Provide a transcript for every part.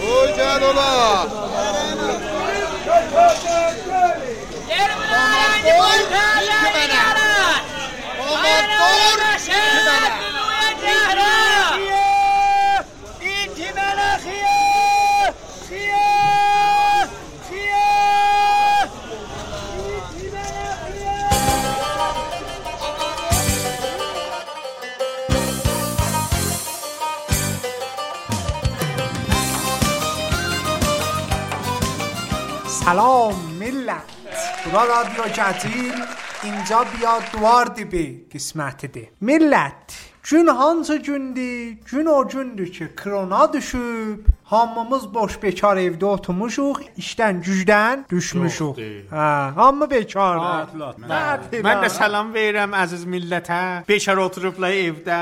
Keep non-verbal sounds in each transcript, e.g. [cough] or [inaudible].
Tuğcan ola. سلام ملت خدا رادیو جدیل اینجا بیا دوار دیبی قسمت دی ملت gün hansı gündü? Gün o gündür ki krona düşüb, hamımız boş bekar evdə oturmuşuq, işdən gücdən düşmüşük. Hə, hamı bekardır. من به سلام ویرم عزیز ملت ها بیشتر oturup la evde.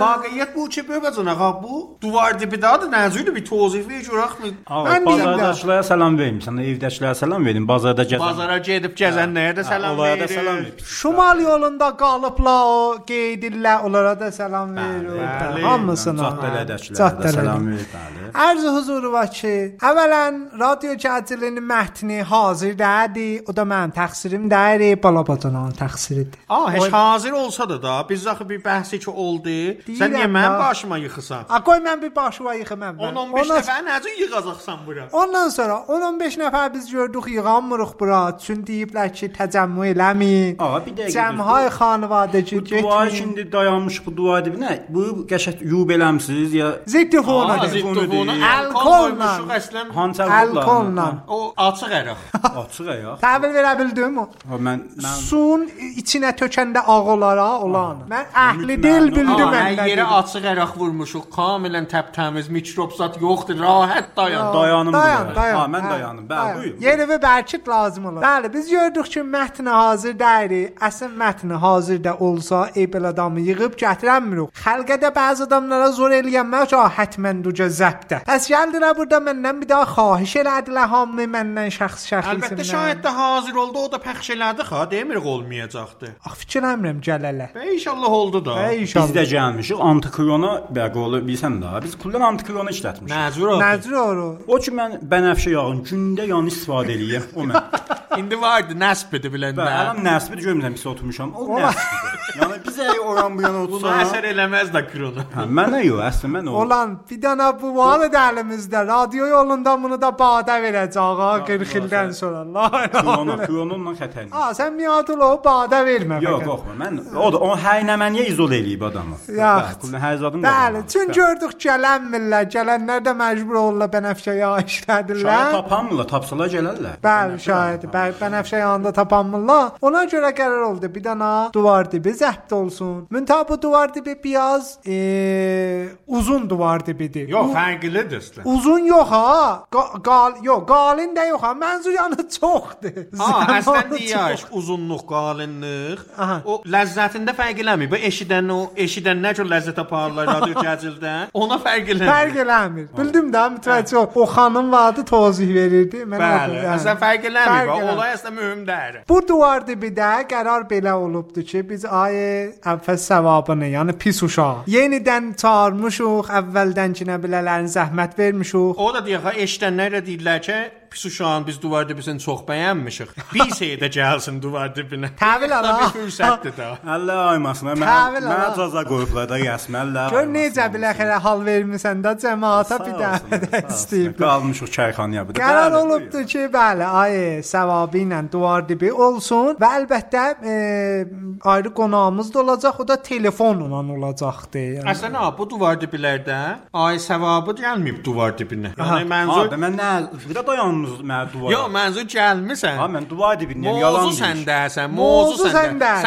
Vaقعیت bu çi böyle bacana ha bu duvar dibi daha da nazüydü bir tozif bir curak mı? Mən Ağa, deyim də. bazardaşlara salam vermirsən, evdəkilərə salam verin, bazarda gəzən. Bazara gedip gezenlere de selam olaya da verir. salam ver. Şumal yolunda qalıbla o qeydirlər, onlara da salam verir. Hamısına. Çatdələdəkilərə də salam ver. bəli. عرض حضور وکی اولا رادیو جدلین متنی حاضر دردی او دا من تقصیریم دردی بالا باتونان تقصیری دی Ah, heç hazır olsa da da biz axı bir bəhs ki oldu. Sən Deyirəm niyə da. mənim başıma yıxısan? اگوی من bir başı var yıxı mən 10-15 nəfər necə yığacaqsan bura? Ondan sonra 10-15 nəfər biz gördük yığanmırıq bura. Çünki deyiblər ki, təcəmmü eləmi. Ağa, bir dəqiqə. Cəmhay xanvadəci Bu dua getməyin. şimdi dayanmış bu dua dibinə. Bu qəşəng yub eləmsiz ya Zittihona Aa, dedi. zid- Alkolnan. Əslən hansı Alkolnan. o açıq [laughs] ərəq. Açıq ayaq. Təhvil verə bildim mi? Ha, Mən mən Suyun içinə tökəndə ağolara olan. Mən əhli dil bildim Amma mən. nə hər yerə dedim. açıq ərəq vurmuşuq. Kamilən təptəmiz, mikrobzat yoxdur, rahat dayan. dayanım. Dayan, bura. dayan. Ha, mən hə, dayanım. dayan. Bəli, buyur. Yeri və bərkit lazım olur. Bəli, biz gördük ki, mətn hazır deyil. Əsl mətn hazır da olsa, ey belə adamı yığıb gətirənmirik. Xalqə də bəzi adamlara zor eləyənmək üçün hətmən duca zəbdə. Bəs gəldilər burada məndən bir daha xahiş elədilər hamı məndən şəxs şəxsi. Əlbəttə şahid də hazır oldu, o da pəxş elədi ha, demirik olmayacaqdı. Ax fikirləmirəm gələlə. Və inşallah oldu da. Ey Biz də inşallah. gəlmişik antikrona, bəqə olu bilsən də, biz kullan antikrona işlətmişik. Hə. Nəcür o? Nəcür oru. O ki mən bənəfşə yağını gündə yanı istifadə eləyəm. O [laughs] mən. İndi vardı, nəsb idi biləndə. Hə. Bəli, alam nəsibi görmürəm pis oturmuşam. O nəsibi. Yəni biz əy oran bu yana Buna otursam. əsər eləməz də kronu. Hə, mən nə yox, əslində mən o. Olan bir dənə bu vardı əlimizdə. Radio yolunda bunu da badə verəcək ha 40 ildən sonra. La ilahe Krona, kronunla xətərli. Aa sen Miyadoğlu bağda verme. Yox, qorxma. Mən o da o həynəməniyə izol eləyib adamı. Bəli, kullan hər zadın. Bəli, çünki gördük gələn millət, gələnlər də məcbur oldular bənəfşə yağı Şahı işlədirlər. tapanmırlar, tapsalar gələrlər. Bəli, şahid. Bəli, bənəfşə yağında tapanmırlar. Ona görə qərar oldu bir dənə divar dibi zəbt olsun. Müntəha bu divar dibi biraz eee uzun divar dibidir. Yox, fərqlidir əslən. Uzun yox ha. Qa- Qal, yox, qalın da yox ha. Mənzur yanı [laughs] çoxdur. Ha, Zamanı əslən çox. deyək, uzunluq, qalınlıq, Aha. o ləzzətində fərq eləmir. Bu eşidən o eşidən nə cür ləzzət aparırlar radio cəzildən, ona fərq eləmir. Fərq eləmir. Bildim də, mütəvəccüh ol. O xanım vardı, tozih verirdi. Mən Bəli, yəni. əslən fərq eləmir. Fərq və eləmir. Olay əslən mühüm deyil. Bu divar dibidə qərar belə olubdu ki, biz ay əvvəl savabını, yəni pis uşaq yenidən çağırmışuq, əvvəldənkinə bilələrin zəhmət vermişuq. O da deyir, ha, eşidənlər də deyirlər ki, pis uşağın biz duvar dibini çox bəyənmişik. Bir şey də gəlsin duvar dibinə. Təbil ara. [laughs] Bir fürsətdir də. Əllə aymasına. Mən Təhvil mən ala. caza qoyublar da rəsmən. Gör necə bilə xərə hal vermisən də cəmaata bir dəfə istəyib. Qalmışıq çayxanaya bir də. Qərar Bəli, olubdu buyur. ki, bəli, ay savabı ilə divar dibi olsun və əlbəttə e, ayrı qonağımız da olacaq, o da telefonla olacaqdı. Yəni. Əslən ha, bu duvar diblərdə ay savabı gəlməyib duvar dibinə. Yəni Ha, mənzur da mən nə? Bir də dayanmız mən duvara. Yox, mənzur gəlmisən. Ha, mən dua edib niyə yalan Mozu deyir. səndəsən, Mozu mozu səndəsən.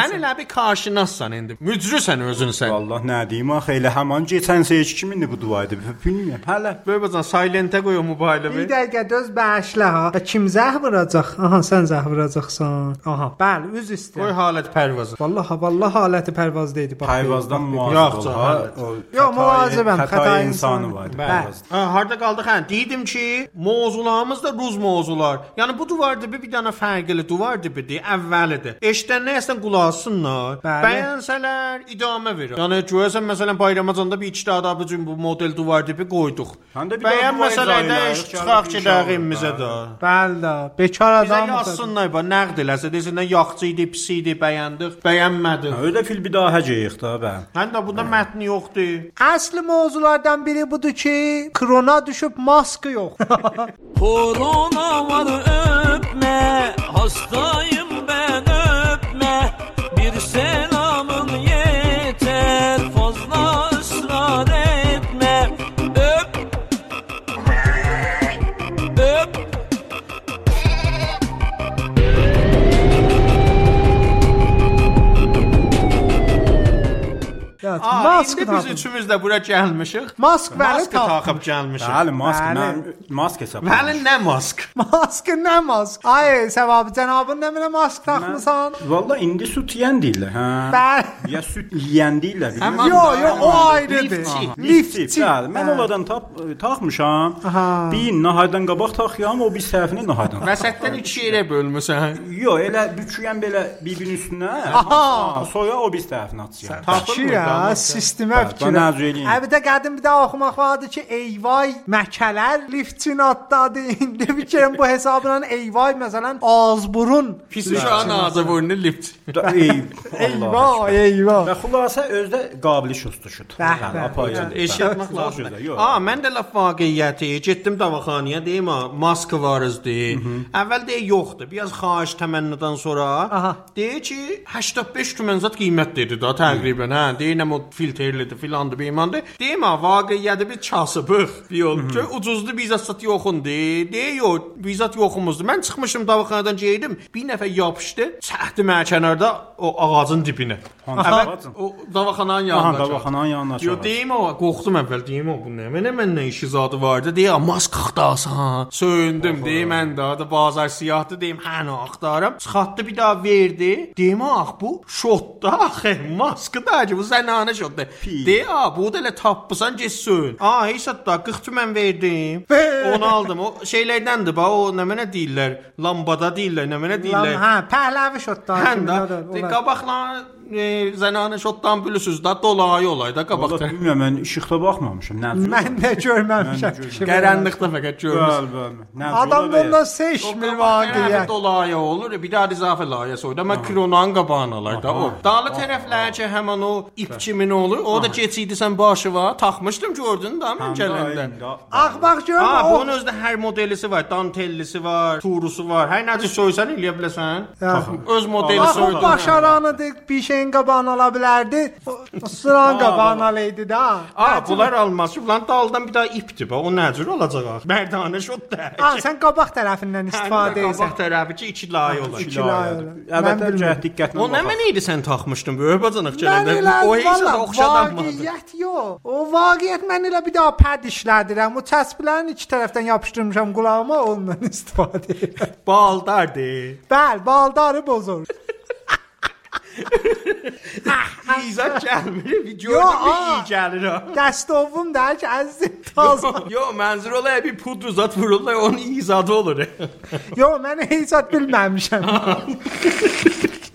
səndəsən. Sən elə bir karşınassan indi. Mücrisən özün sən. Allah nə deyim axı elə həman keçən seyirci kimindir bu dua edib bilmirəm. Hələ Böybəcan silentə qoy o mobiləmi. Bir dəqiqə döz bəşlə ha. Və kim zəh vuracaq? Aha, sən zəh vuracaqsan. Aha, bəli, üz Qoy üstə. halət pərvazı. Vallahi, vallahi haləti pərvazda idi bax. Payvazdan yox, müasib ol. canım, ha. evet. O Yox, xətai- müvazibəm, xətai Xətai insanı insanı. var. Bəli. Payvazdan. Ha, harda qaldıq? Hə, deydim ki, mövzularımız da bu mavzular. Yani bu duvar dibi bir dana fərqli duvar dibidir, əvvəlidir. Eşidənlərsən qulaq asınlar. Bəli. Bəyənsələr idamə verir. Yəni görəsən məsələn bayramacanda bir iki də adam üçün bu model duvar dibi qoyduq. Həm də bir daha duvar Bəyənməsələr də izah iş edərik, çıxaq ki, inşallah. rəqimimizə də. Bəli, bekar Bizə adam. yazsınlar bax, nəqd eləsə desinlər yaxşı idi, pis idi, bəyəndik, bəyənmədik. Öyle fil bir daha həcəyik da bə. Həndə bunda mətn yoxdur. Asıl mevzulardan biri budur ki, krona düşüp maske yok. [laughs] Korona var öpme Hastayım ben öpme Bir selamın yeter Fazla ısrar etme Öp Öp evet, Aa, mask indi biz taxın. üçümüz də bura gəlmişik. Mask Mask vəli taxın. taxıb gəlmişik. Bəli, mask, Bəli. mən mask hesab. Bəli, nə mask? Mask ne mask? Ay, sevabı cenabın ne bile mask takmışsan? Valla indi süt yiyən deyirlər, hə. Bəli. Ya süt yiyən deyirlər. bilmirəm. Aman, Yo, yo, o aman. ayrıdır. Liftçi. Liftçi. Liftçi. Bəli, mən Hə. onlardan tap taxmışam. Aha. Bir nahaydan qabaq taxıyam, o bir səhifini nahaydan. Vəsətdən iki yerə bölmüsən. Yo, elə büküyən belə bir-birinin üstünə. Aha. Soya o bir səhifini açıram. Fikir ya, sistemə Bəli, fikir. bana arzu eləyin. Əlbəttə qədim bir də oxumaq vardı ki, eyvay məkələr liftin [laughs] atdadı. İndi bir kərəm bu hesabla eyvay məsələn ağzburun. Pis uşağın ağzı burnu lift. Da- Ey, Allah. Eyvay, eyvay. Və xülasə özdə qabili şostuşud. Bəh, bəh. Eşitmək lazımdır. Aa, mən də laf vaqiyyəti. Getdim davaxanaya, deyim, ha, mask varızdı. Əvvəl deyə yoxdur. Biraz xahiş təmənnadan sonra Aha. deyir ki, 85 tümən zat qiymət dedi da təqribən, hə. Deyirəm o filterlidir, filandı, beymandı. Deyim, ha, vaqiyyəti bir çasıbıq. Bir yol ki, ucuzdu bizat zat yoxundu. Deyə yox, bizat yoxumuzdu. Mən çıxmışım davaxanadan geydim. Bir nəfər yapışdı. Çəkdi mənə kənarda o ağacın dibinə. Hansı Əvvəl ağacın? O davaxananın yanına. Aha, çatdı. davaxananın yanına Yo, çağırdı. Deyim o, qorxdum əvvəl, deyim o, bu nə mənə məndən işi zadı vardı, deyim, mask axtarsan, söyündüm, deyim, mən də, adı bazar siyahdı, deyim, hə, nə axtarım, çıxartdı bir daha verdi, deyim, ax, bu şotda, axı, maskı da ki, bu zənanə şotda, deyim, a, bu da elə tapısan, get söyün, a, heç da, 40 tümən verdim, onu aldım, o şeylərdəndir, ba, o nə mənə deyirlər, lambada deyirlər, nə mənə Lan deyirlər, hə, pəhləvi şotdan. Həm də de, də qabaqla e, zənanə şotdan bilirsiniz da dolayı olay da Valla qabaqda. bilmirəm, mən işıqda baxmamışam. Nə üçün? mən də görməmişəm. Qaranlıqda fəqət görürüz. Bəli, bəli. Nə üçün Adam ola bundan bilər? seçmir Vaqiyə vaqiyə. dolaya olur, bir daha izafə layəsi olur. Mən kironanın qabağına alar da o. Dağlı tərəflər ki, həmin o ip kimi nə olur, o da keçidisən başı var, taxmışdım gördün də mən gələndə. Ağbaq Ha, görmə. bunun özdə hər modelisi var, dantellisi var, turusu var. Hər nədir soysan eləyə biləsən. Öz modeli Bax o soydu. başaranıdı bir şeyin qabağını ala bilərdi. O- O sıran qabağını alaydı da. A, bunlar almaz. Ulan daldan bir daha ipdir. bax, O nəcür olacaq axı? Mərdanə şot da. Ha, sən qabaq tərəfindən istifadə Hə, Qabaq edirsən. tərəfi ki, iki layə olacaq. Əlbəttə bilmirəm. cəhd diqqətlə. O nə baxaq. mən idi sən taxmışdın böyük bacanaq Mən gələndə. elə O heç də valla oxşadanmadı. Vaqiyyət yox. O vaqiyyət mən elə bir daha pəd işlədirəm. O təsbihlərin iki tərəfdən yapışdırmışam qulağıma, ondan [laughs] istifadə edirəm. Baldardı. Bəli, baldarı bozur. İzah gəlmir. Bir Yo, gördüm bir aa. iyi gəlir ha. Dəstovum da ki, əzizim, tazma. Yo, mənzur olay bir pudru zat vururlar, onun izadı olur. Yox, mən heç zət bilməmişəm.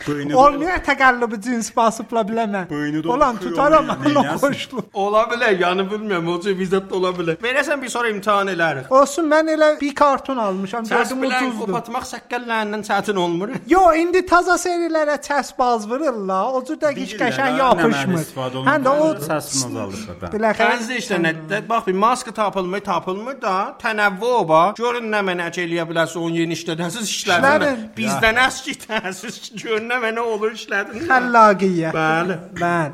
Beyni- Olmaya təqəllübü cins basıbla biləmə. Boynu da Olan oxşuyor, tutaram yəni, amma neyləsin? qoşlu. ola bilər, yəni bilmirəm, o cür izadı da ola bilər. Verəsən bir sonra imtahan elərik. Olsun mən elə bir karton almışam, gördüm Səsbilən ucuzdur. qopatmaq səkkəllərindən çətin olmur. Yo, indi taza serilərə çəs baz vururlar. O cür də heç Bilirlər, qəşəng hə, nə mən yapışmır. istifadə olunur. Həm də o səsini azaldır. belə xəz Xəzinə işlənətdə bax bir maska tapılmır, tapılmır da tənəvvü var. Görün nə mənə əcə eləyə bilərsə onun yeni işlədənsiz işlərin. İşlərin. Bizdən əski təsiz [laughs] görün nə mənə olur işlədin. Hə. xəllaqiyə. Bəli. Mən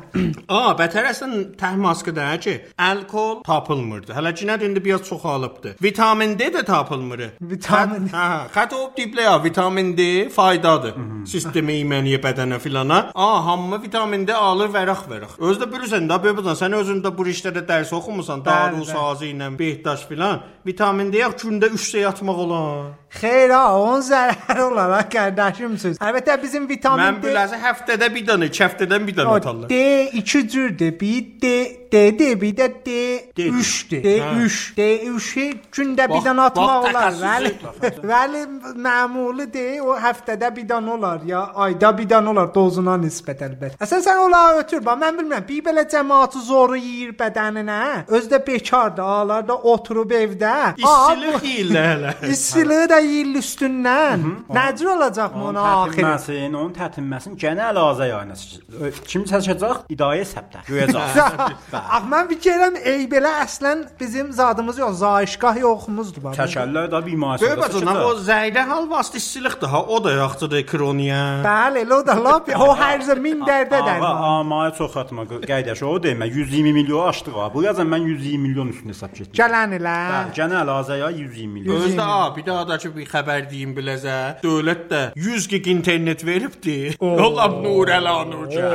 A, bətər əsən təh maskada ki, alkol tapılmırdı. Hələ ki nədir indi biraz çoxalıbdı. Vitamin D də tapılmır. [clears throat] Vitamin D. Xət- Hə, xət o dipləyə vitamin D faydadır. Sistemə, immuniyə, bədənə filana. A, hamı vitamin D alır vərəq vərəq. Özdə bilirsən də bəbəcan, sən özündə bu işlərdə dərs oxumusan, daru bəli. sazı ilə behdaş filan. Vitamin D yox gündə 3 şey yatmaq olar. xeyra, onun [laughs] zərəri olar ha, qardaşımsınız. Əlbəttə bizim Mən vitamin D biləsə həftədə bir dənə, iki həftədən bir dənə atarlar. D iki cürdür. Bir D dedi bir de D Dedi. üçtü. D üç. D üçü günde bir Bak- tane atmaq bak olar. təkəssüs Bəli. [laughs] Bəli, məmulu D o həftədə bir dənə olar ya ayda bir dənə olar dozuna nisbət əlbət. Əsən sən ola ötür. Bax mən bilmirəm. Bir belə cəmaatı zoru yeyir bədəninə. Özü də bekardır, ağlar da oturub evdə. İstilik deyirlər hələ. İstilığı da yeyir üstündən. Nəcür olacaq mı ona Onun axir? tətinməsin, onun tətinməsin gənə Əlazay aynası. Kim çəkəcək? İdayə səbtə. Güyəcək. Ax Ah, mən fikirəm ey belə əslən bizim zadımız yox, zaişqah yoxumuzdur bax. Çəkəllər də bir mühasibə. Dövbəcanam o zəydə halvası istilikdir ha, o da yaxşıdır kroniya. Bəli, elə o da lap o hər zə min dərdə Ağa, dərman. amaya çox atma qardaş. O demə 120 milyon aşdıq ha. Bu yazan mən 120 milyon üstündə hesab Hə, getdim. Gələn ilə. Bəli, Gənə Əlazaya 120 milyon. Özdə a, bir daha da ki bir xəbər deyim biləcə. Dövlət də 100 gig internet veribdi. Allah Nurəlanurca.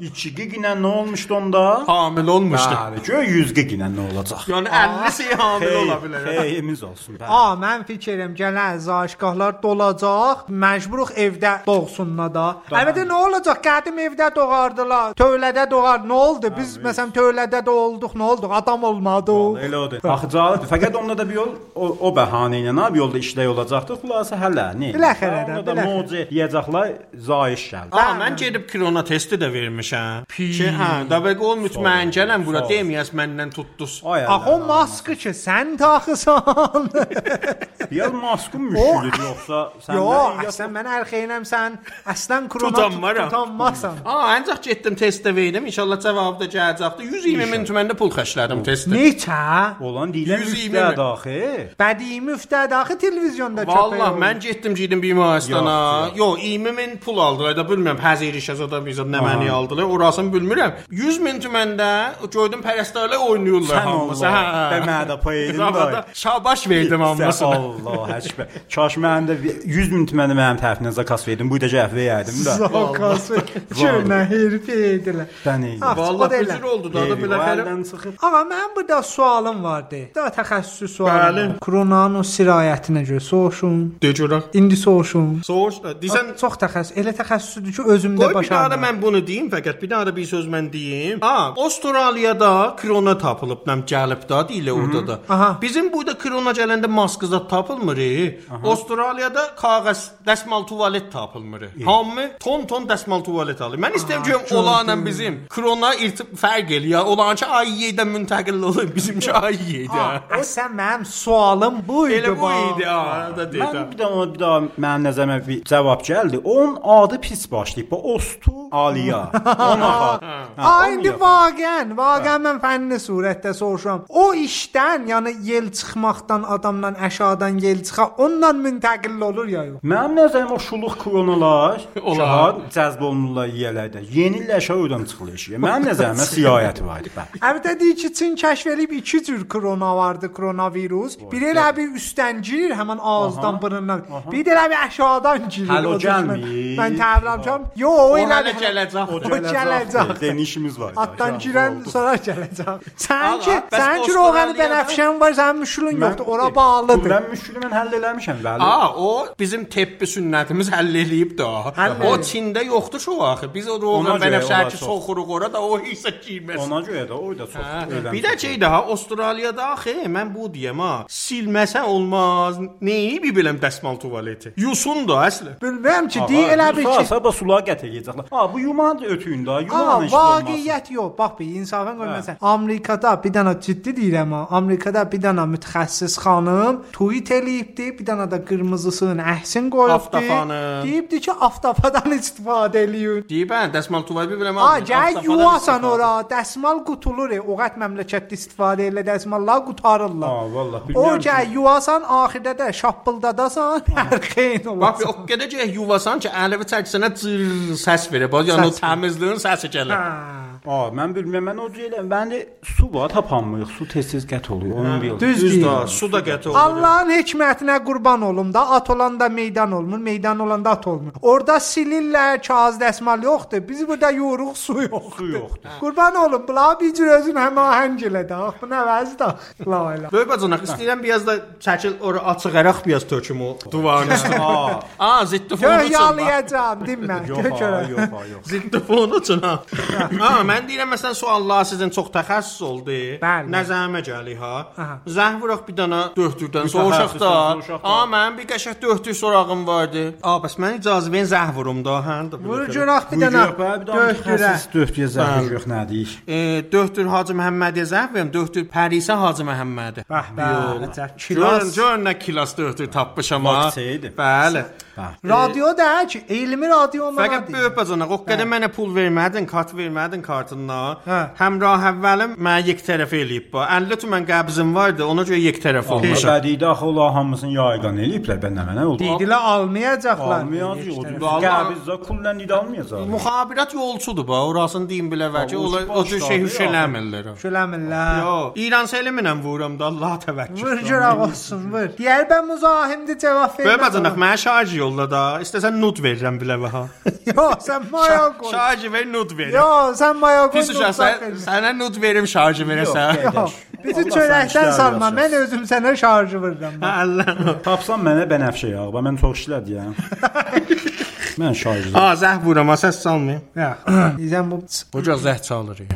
2 giginə nə olmuşdu onda? Hamil Bəli, olmuşdu. Ah, gör 100 giginə nə olacaq? Yəni 50 si hamil ola bilər. Xeyimiz olsun. Bəli. A, Ah, mən fikirəm gələn zaşqahlar dolacaq, məcburuq evdə doğsunla da. Əlbəttə nə olacaq? Qədim evdə doğardılar, tövlədə doğar. Nə oldu? Biz məsələn tövlədə də olduq, nə oldu? Adam olmadı. Elə odur. Axı cavabdır. Fəqət onda da bir yol o, o bəhanə ilə nə yolda işləy olacaqdı. Xülasə hələ nə? Biləxərə də, Onda da biləxərə. moc deyəcəklər zayiş gəldi. A, mən gedib krona testi də vermişəm. Ki, hə, dəbəq olmuş mən gələm bura deməyəs məndən tutduz. Ay Ax o maskı ki, sən taxısan. [laughs] Ya maskın müşkülüdür yoxsa sən Yox, nə- əslən mən hər xeynəm sən. Əslən krona Tutanmaram. tutanmasan. A, ancaq getdim testə verdim. İnşallah cavabı da gələcəkdi. 120 min tüməndə pul xərclədim testə. Neçə? olan deyilən 120 üstə mi? daxil. Bədii müftə daxil televizyonda Vallah mən getdim gedim bir mühasibana. Yox, Yo, 20 min pul aldılar da bilmirəm Həzir Şəhzadə bizə nə məni aldılar. Orasını bilmirəm. 100 min tüməndə gördüm pərəstərlər oynayırlar Sən hamısı. Allah, Hə. [laughs] deməli də pay edin, Zavada day. Şabaş verdim hamısını. Allah həşbə. Kaş mənim də 100 min tüməni mənim tərəfimdən kas verdim. Bu da cəhv yeyərdim də. Zakası çölmə hirfi edilə. Sən iyi. Ah, o da Vallah elə. üzr oldu da da Eyvah, belə xərab. əldən çıxıb. Ağa, mənim burada sualım vardı. Daha təxəssüsi sualım. Bəli. var. Kronanın o sirayətinə görə soruşun. De görək. İndi soruşun. Soğuş, desən Çox təxəssüs, elə təxəssüsdür ki, özümdə Qoy bir daha da başa. mən bunu deyim, fəqət bir daha da bir söz mən deyim. A, Avstraliyada krona tapılıb, nəm gəlib da deyirlər orada da. Aha. Bizim burada krona gələndə maska zad tapılmır. e. Avstraliyada kağız, dəsmal tualet tapılmır. Hamı ton ton dəsmal tualet alır. Mən istəyirəm ki, olanla bizim krona irtib fərq eləyir. Olanca ay 7-dən müntəqil olur, [laughs] bizimki ay 7-də. Əsən mənim sualım bu idi. Elə bu bax. idi, ha, da Mən deyirəm. bir də ona bir daha mənim nəzərimə bir cavab gəldi. Onun adı pis başlayıb. Bu Ostu [laughs] Aliya. Ona bax. Ha, indi vaqən, vaqən mən fənni surətdə soruşuram. O işdən, yəni yel çıxmaqdan, adamdan aşağıdan yel çıxa, ondan müntəqil olur ya yox? Mənim nəzərimə o şuluq [laughs] kronalar Olar. şahad cəzb olunurlar yiyələrdə. Yenilə aşağı ödəm çıxılır işə. Mənim [laughs] nəzərimə siyayət var idi. Bəli. Əlbəttə deyir ki, Çin kəşf edib iki cür korona vardı, koronavirus. Biri elə bir üstdən girir, həmin ağızdan, burundan. Bir də elə bir aşağıdan girir. Hələ o O düşmən- gəlməyib. Mən təbrəmcəm. Yo, o O elə hələ gələcək. O gələcək. Deyən işimiz var. idi. Atdan Aşağı girən oldu. sonra gələcək. Sən Ağa, ki, bəs sən ki Osmanlı roğanı yerdə- bənəfşən var, sənin müşkülün yoxdur, ora bağlıdır. Mən müşkülü mən həll eləmişəm, bəli. A, o bizim teppi sünnətimiz həll eləyib də. Həll O eləyib. Çində yoxdur şu axı. Biz o Ona roğan görə onlar bənəfşəki çox. soxuruq ora da o hissə giyməz. Ona görə də o da çox. Hə, öyrənmişəm. Bir də şey daha Avstraliyada axı mən bu deyəm ha. Silməsən olmaz. Nəyi bir biləm dəsmal tualeti. Yusun da əsli. Bilmirəm ki, deyir elə bir ki, Sasa bu sulağa qət eləyəcəklər. Ha, bu yuman ötüyündə, Amma yumanın işi Hə. olmaz. vaqiət yox. Bax bir insafən qoy məsələn. Amerikada bir dənə ciddi deyirəm ha. Amerikada bir dənə mütəxəssis xanım tweet eləyibdi, bir dənə də qırmızısının əhsin qoyubdu. Aftafanı. Deyibdi ki, aftafadan [laughs] istifadə eləyin. Deyibən hə, dəsmal tualeti bir biləm. A, aldım. gəl Avstraliyada yuvasan istifadə. ora, dəsmal qutulur. e, O qət məmləkətdə istifadə elə dəsmallar qutarırlar. Ha, vallahi O bilmirəm. ki. gəl yuvasan, axirdə də şappıldadasan, [laughs] hər xeyin olar. Bax bir o gedəcək yuvasan ki, ələvi çəksinə cır səs verə. Bax yəni o Səs Hə. verir. təmizliyin səsi gəlir. A, mən bilmirəm, mən o deyiləm. Məndə su var, tapanmıyıq. Su tez-tez qət olur. Onun bir yolu. Hə, Düz Düz deyir. da, su da qət olur. Allah'ın hikmətinə qurban olum da at olanda meydan olmur, meydan olanda at olmur. Orada silirlər, kağız dəsmal yoxdur. Biz burada yoruq su yox. Su yoxdur. Qurban olum, bula bir cür özün həmahəng elə də. Ax, bu nə vəzdə? La la. Böyük bacanaq istəyirəm biraz da çəkil ora açıq ərəq biraz töküm o divarın [laughs] üstünə. A, A, zittofonu Göh üçün. bax. yalayacam, dinmə. yox, Göh ha, görə. yox, ha, yox. ah. Zittofonu üçün ha. Ha, mən deyirəm məsələn suallar sizin çox təxəssüs oldu. Bəli. Nəzərimə gəlir ha. Aha. Zəng vuraq bir dana Ah, dördlükdən Bir soruşaq da. təxəssüsdən soruşaq da. A mənim bir qəşəng dördlük sorağım vardı. A bəs mən icazə verin zəng vurum da hə. də belə Vuru belə. görək bir dənə. Döhtürə. Döhtürə. Döhtürə zəhmət yox nədik. E, dördlük Hacı Məhəmmədiyə zəng verim, dördlük Pərisə Hacı Məhəmmədi. Bəh, bəh, əcəb, Görün, kilas. görün nə kilas dördlük tapmışam ha. Vaxt idi. Bəli. Radyo da ki, elmi radyo Fəqət olmalıdır. böyük bacana, o qədər mənə pul vermədin, kart vermədin kartına. Hə. Həmrah əvvəlim mənə yek tərəf eləyib bu. 50 tümən qəbzim vardı, ona görə yek tərəf olmuşam. Bədidə axı ola hamısını yayqan eləyiblər bən nə mənə oldu. Dedilər almayacaqlar. Almayacaq. Vallahi- Qəbiz də kullan idə almayacaq. Muxabirat yolçudur ba, orasını deyim bilə vəcə, Olsun, ola o tür başladı şey ya. hüş eləmirlər. Şöləmirlər. Yo, İran seliminə vururam da Allah təvəkkül. Vur görək olsun, vur. Digər ben müzahimdə cavab vermə. Böyük bacana, mənə şarj yolla da. er İstəsən nut verirəm bilə və ha. Yo, sen maya koy. Şarj ver, nut verirəm. Yo, sen maya koy. Pis uşaq, sən- sənə nut verim şarjı [laughs] verəsən. Yox, Yo, bizi çörəkdən salma. Mən özüm sənə şarjı vururam. Hə, Allah. Tapsan mənə bənəfşə yağı, bax, mən çox [laughs] işlədiyəm. Mən şarjlı. Ha, Ah, zəh vuram, ha, səs salmayın. Ya. Diyeceğim bu. Hoca zəh çalır ya.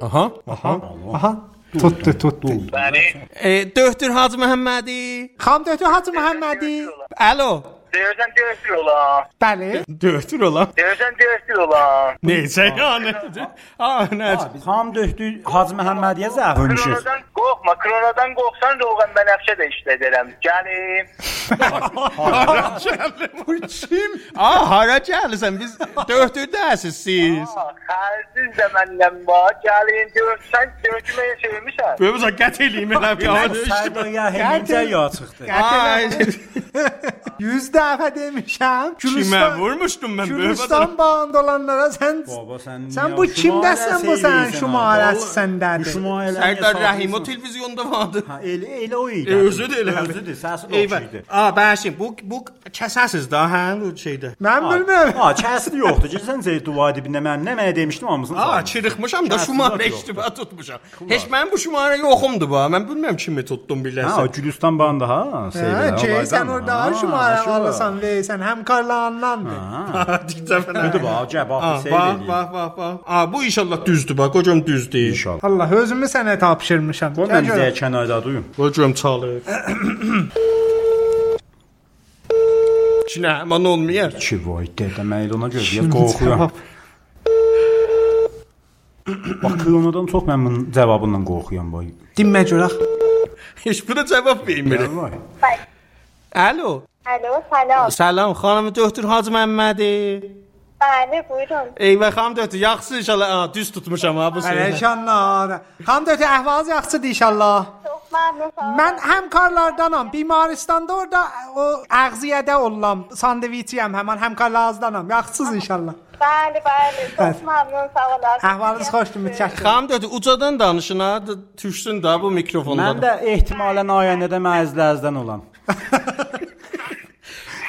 Aha, aha. Aha. Tuttu, tuttu. Bəli. E, Döhtür Hacı Məhəmmədi. Xam dötü Hacı Məhəmmədi. Alo. Deyirsən döyüşür ola. Bəli. Döhtür ola. Deyirsən döyüşür ola. Necə yəni? [laughs] Ah, necə? Tam döhdü Hacı Məhəmmədiyə zəhvünüşür. Kronadan qorxma. Kronadan qorxsan Roğan Bənəfşə də işlədərəm. Gəlim. Hara gəldi bu kim? Ah, hara gəlirsən? Biz döhtürdəsiz siz. Ha, Xərsiz də məndən var. Gəlin döyüşsən döyüşməyə sevmişsən. [laughs] Böyümüzə qət eləyim elə bir hava düşdü. Sədaya helincə yağ çıxdı. Ay, [laughs] Yüz dəfə demişəm. kimə Gülüstan, vurmuşdum mən böyümüzə? Gülüstan bağında olanlara sən... Baba sən Sən bu kimdəsən bu sən şumarəsi səndədir. Şumarəsi. Sərdar Rəhimov televizyonda vardı. elə elə o idi. E, özüdür elə. Özüdür, səsi də o Eyvə. idi. A, bəşin, bu bu kəsəsiz da hə, bu şeydə. Mən bilmirəm. Ha, kəsdi yoxdur. Gəlsən Zeyd Duvadibində mən nə mənə demişdim hamısını. Aa, saldım. çırıxmışam da Şahsız şumarə zad yoxdur. iştiba tutmuşam. Heç mənim bu şumarə yoxumdu ba. Mən bilmirəm kimi tutdum Ha, o [laughs] biləsən. Gülüstan bandı ha. Ha, şey sen orada şumarə alırsan. alırsan ve sen həmkarlarındandır. Dikcəfənə. Budur bax, gəl bax, Bax, seyr bax, eləyir. bax, bax, bax. A, bu inşallah düzdür bax. Qocam düzdür. İnşallah. Allah özümü sənə tapşırmışam. Bu Gəl mən görək. bizə kənarda duyum. Qocam [coughs] çalır. Çinə, aman olmayar. Ki voy, dedə mən elə ona görə deyə qorxuram. Bax, Kronadan çox mən bunun cavabından qorxuram voy. Dinmə görək. Heç buna cavab vermir. Vay. بله، Alo. Alo selam. Salam, xanım Döktür Hacı Məmmədi. Bəli buyurun. Eyvə xanım Döktür, yaxşı inşallah. A, düz tutmuşam ha bu sözü. Əleyşanlar. Ham dötə əhvalınız yaxşıdır inşallah. Çok memnun sağ olun. Mən həmkarlardanam. Bimaristanda orada o əğziyədə ollam. Sandviçiyəm həmin həmkarlarınızdanam. Yaxşısınız inşallah. Bəli bəli. Bəli. Çok memnun sağ olun. Əhvalınız xoşdur, mütəşəkkir. Xanım Döktür, ucadan danışın ha, d- tüksün da bu mikrofondan. Mən də ehtimalən ayəndə məzləzdən olam.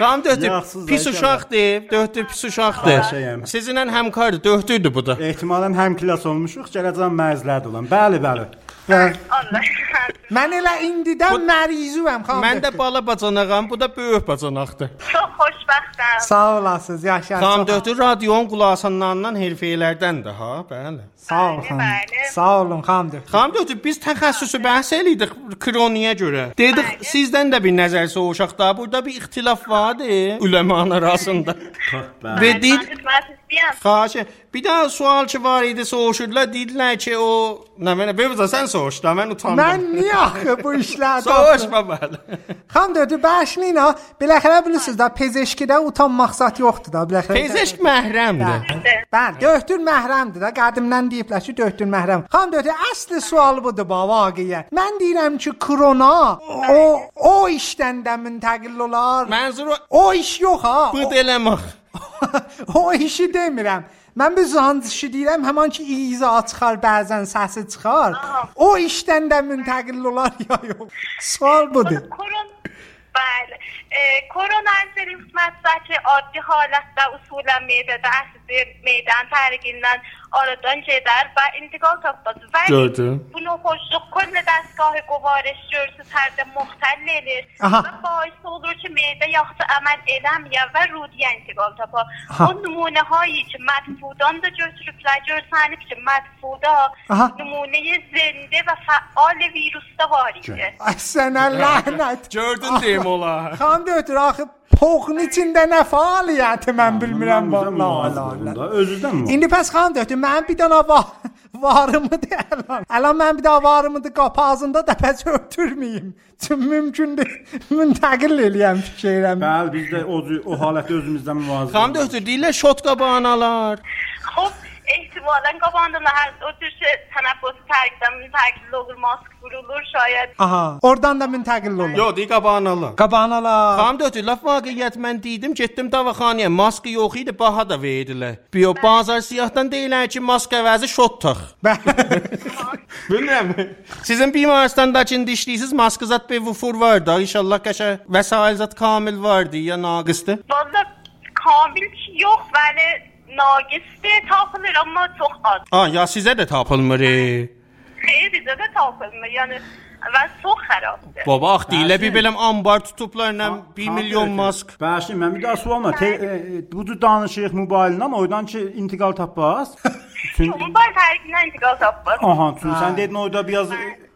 Ram döhtü Yaxşısınız, pis Ayşə uşaqdır, döhtü pis uşaqdır. Xahiş edirəm. Sizinlə həmkardır, döhtüdür bu da. Ehtimalən həm klass olmuşuq, gələcəm məzləd olam. Bəli, bəli. Allah. Hə. Mən elə indidən mərizüəm xanım. Mən də dötür. bala bacanağam, bu da böyük bacanaqdır. Çox xoşbəxtəm. Sağ olasınız, yaşa. Xanım döhtü radion qulağısından helfeylərdəndir ha, bəli. Sağ olun. xanım. Bəli. Sağ olun xanım. dötür. Xanım döhtü biz təxəssüsü bəhs elədik kroniyə görə. Dedik sizdən də bir nəzər soruşaq da, burada bir ixtilaf vardı üləmanın arasında. Və deyil Xidmət istəyirəm. Xahiş edirəm. Bir daha sual ki var idi soruşdular, dedilər ki o nə mənə belə sən soruş da mən utandım. Mən niyə axı bu işlərdə? soruşma bəli. Xanım dötü bəşliyinə biləxərə bilirsiniz də pezeşkidə utanmaq zat yoxdur da biləxərə. Teyzeşk məhrəmdir. Bəli, döhtür məhrəmdir da, qədimdən deyiblər ki, döhtür məhrəm. Xan döhtür əsl sual budur ba vaqiyə. Mən deyirəm ki, krona o o işdən də müntəqil olar. Mənzuru O iş yox ha. bıd eləmək. [laughs] O, o işi demirəm. Mən bu zandişi deyirəm, həmin ki iza çıxar, bəzən səsi çıxar. O işdən də müntəqil olar ya yox. Sual budur. Korun. Bəli. E, خب، اه، کورونر قسمت که عادی حالت و اصولا معده درد میدن ترگیnden آرادان جدر و انتقال تopası و Gördüm. Bunu hoşluk kol dastgahı qovarış görsüz hərdə muxtəll edir Aha. və baisi olur ki, meydə yaxşı əməl eləməyər və rudiyə intiqal tapar. Aha. O nümunəhayi ki, mətbudan da götürüblər, görsənib ki, mətbuda Aha. nümunəyə zində və fəal virusda var idi. Ay Ah, sənə lənət. Gördün [laughs] demolar. Xan ötür axı poğun içində nə fəaliyyəti mən bilmirəm vallahi. Özündən mi? İndi pəs xan ötür mən bir dənə va [laughs] varımıdır əlan. Əlan mən bir daha varımıdır qapı ağzında da pəs ötürməyim. Çünki mümkündür [laughs] müntəqil eləyəm fikirəm. Bəli, biz də o cür- o haləti özümüzdən müvazinə. Xan döhtür deyirlər şot qabanalar. Xoş ehtimalən qabağında hər o tür şey tənəffüs tərkdən müntəqil olur, mask vurulur şayad. Aha, oradan da müntəqil olur. Yo, deyir qabanalar. Qabanalar. Xan döhtür laf vaqiyyət mən dedim, getdim davaxanaya, maska yox idi, baha da verdilər. Biyo bazar siyahdan deyirlər ki, maska əvəzi şot tax. [laughs] Bilmirəm. Sizin bimaristandakı dişliyiniz maska zat bir vufur var da, inşallah qəşə vəsail zat kamil vardı ya naqisdir. Valla kamil ki yox, bəli nagisdi, tapılır amma çox az. Ha, ya sizə də tapılmır. e. Xeyr, bizə də tapılmır. Yəni və çox xarabdır. Baba, ax deyilə bir Bəzi- beləm ambar tutublar, nə 1 Xan milyon dötür. mask. Bəli, mən bir daha sualına te- e, e, bu cür danışırıq mobildən, oradan ki intiqal tapmaz. [laughs] Çünki Yox, Mobil tərkindən intiqal tapır. Aha, çünki sən dedin orada biraz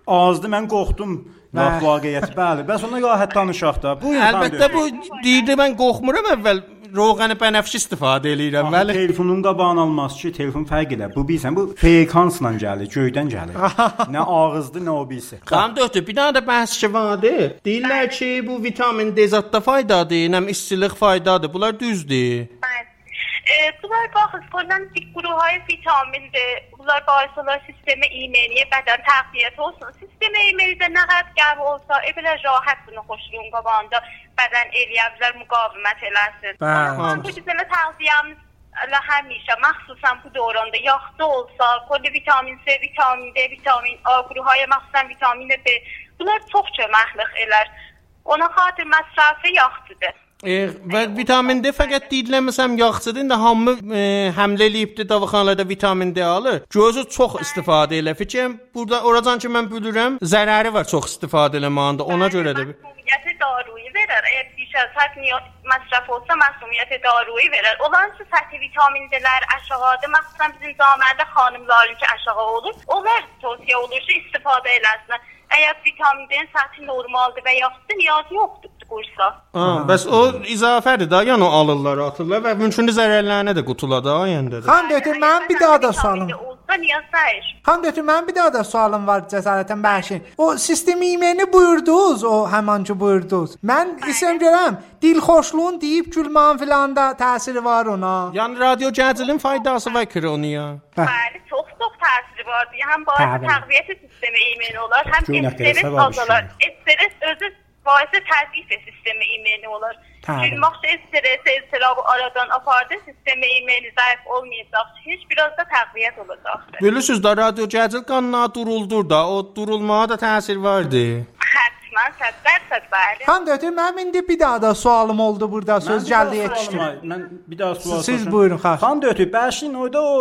azdı, mən qorxdum. Laf vaqiyyət. Bəli, bəs ona rahat danışaq da. Buyurun. xan Hə. Əlbəttə dötür. bu deyirdi mən qorxmuram əvvəl roğanı bənəfşi istifadə eləyirəm, Bəli. bəli. Telefonun qabağını almaz ki, telefon fərq edər. Bu bilirsən, bu frekansla gəlir, göydən gəlir. [laughs] nə ağızdır, nə o bilsə. Tam dötür. Bir dənə də bəhs ki vardı. Deyirlər ki, bu vitamin D zətdə faydadır, nəm istilik faydadır. Bunlar düzdür. Bəli. Eee, Bunlar baxın, qonan bir qruhay vitamindir. Bunlar bahis olan sistemə immuniyə bədən təxliyyət olsun. Sistemə immunidə nə qədər qəbul olsa, elə rahat bunu xoşluğun qabağında bədən eləyə bilər, müqavimət eləsin. Bəli. Amma Bu bizim təxliyəmiz elə həmişə, məxsusən bu dövrdə yaxşı olsa, koli vitamin C, vitamin D, vitamin A qruhaya məxsusən vitamin B, bunlar çox köməklik elər. Ona xatir məsrafı yaxşıdır. E, və vitamin D fəqət deyiləməsəm yaxşıdır. İndi hamı e, həmlə eləyibdi davaxanalarda vitamin D alır. Gözü çox istifadə elə. Fikrim burada oradan ki mən bilirəm, zərəri var çox istifadə eləməyində. Ona görə də مسئولیت دارویی برر اگر بیش از حد نیا- مصرف olsa مسئولیت دارویی برر olan şu səhv vitaminlər aşağıda məxsusən bizim damədə xanımların ki aşağı olur. Onlar tövsiyə olur ki istifadə eləsinlər. Əgər vitaminin səthi normaldır və yaxşı niyaz yoxdur qursa. ha, bəs o izafədir da, yəni o alırlar, atırlar və mümkün zərərlərinə də qutulada ayəndə. yəni də. Xan ötür mən bir daha da sualım. Olsa niyaz sayır. Xan ötür mən bir daha da sualım var cəsarətən bəşin. O sistemi imeni buyurdunuz, o həmancı buyurdunuz. Mən isəm görəm, dilxoşluğun deyib gülmən filan da təsiri var ona. Yəni radio gəncilin faydası var kroniya. Hə. Bəli, çox çox təsiri var. Yəni baisi Bəli. təqviyyəti sistemi immun olar, həm Göynək stres dərəsi var bir azalar. şey. Stres özü baisi təzyiq sistemi immun olar. Bəli. Çünki maxsus stres istirabı aradan apardı, sistemi immuni zəif olmayacaq. Heç biraz da təqviyyət olacaqdır. Bilirsiniz da radio gəncil qanına duruldur da, o durulmağa da təsir vardı. Həttəmən sədqət sədbəli. Xan ötür mənim indi bir daha da sualım oldu burada söz gəldi yetişdi. Mən bir daha sual Siz buyurun, xan. Xan dötür. Bəşin orada o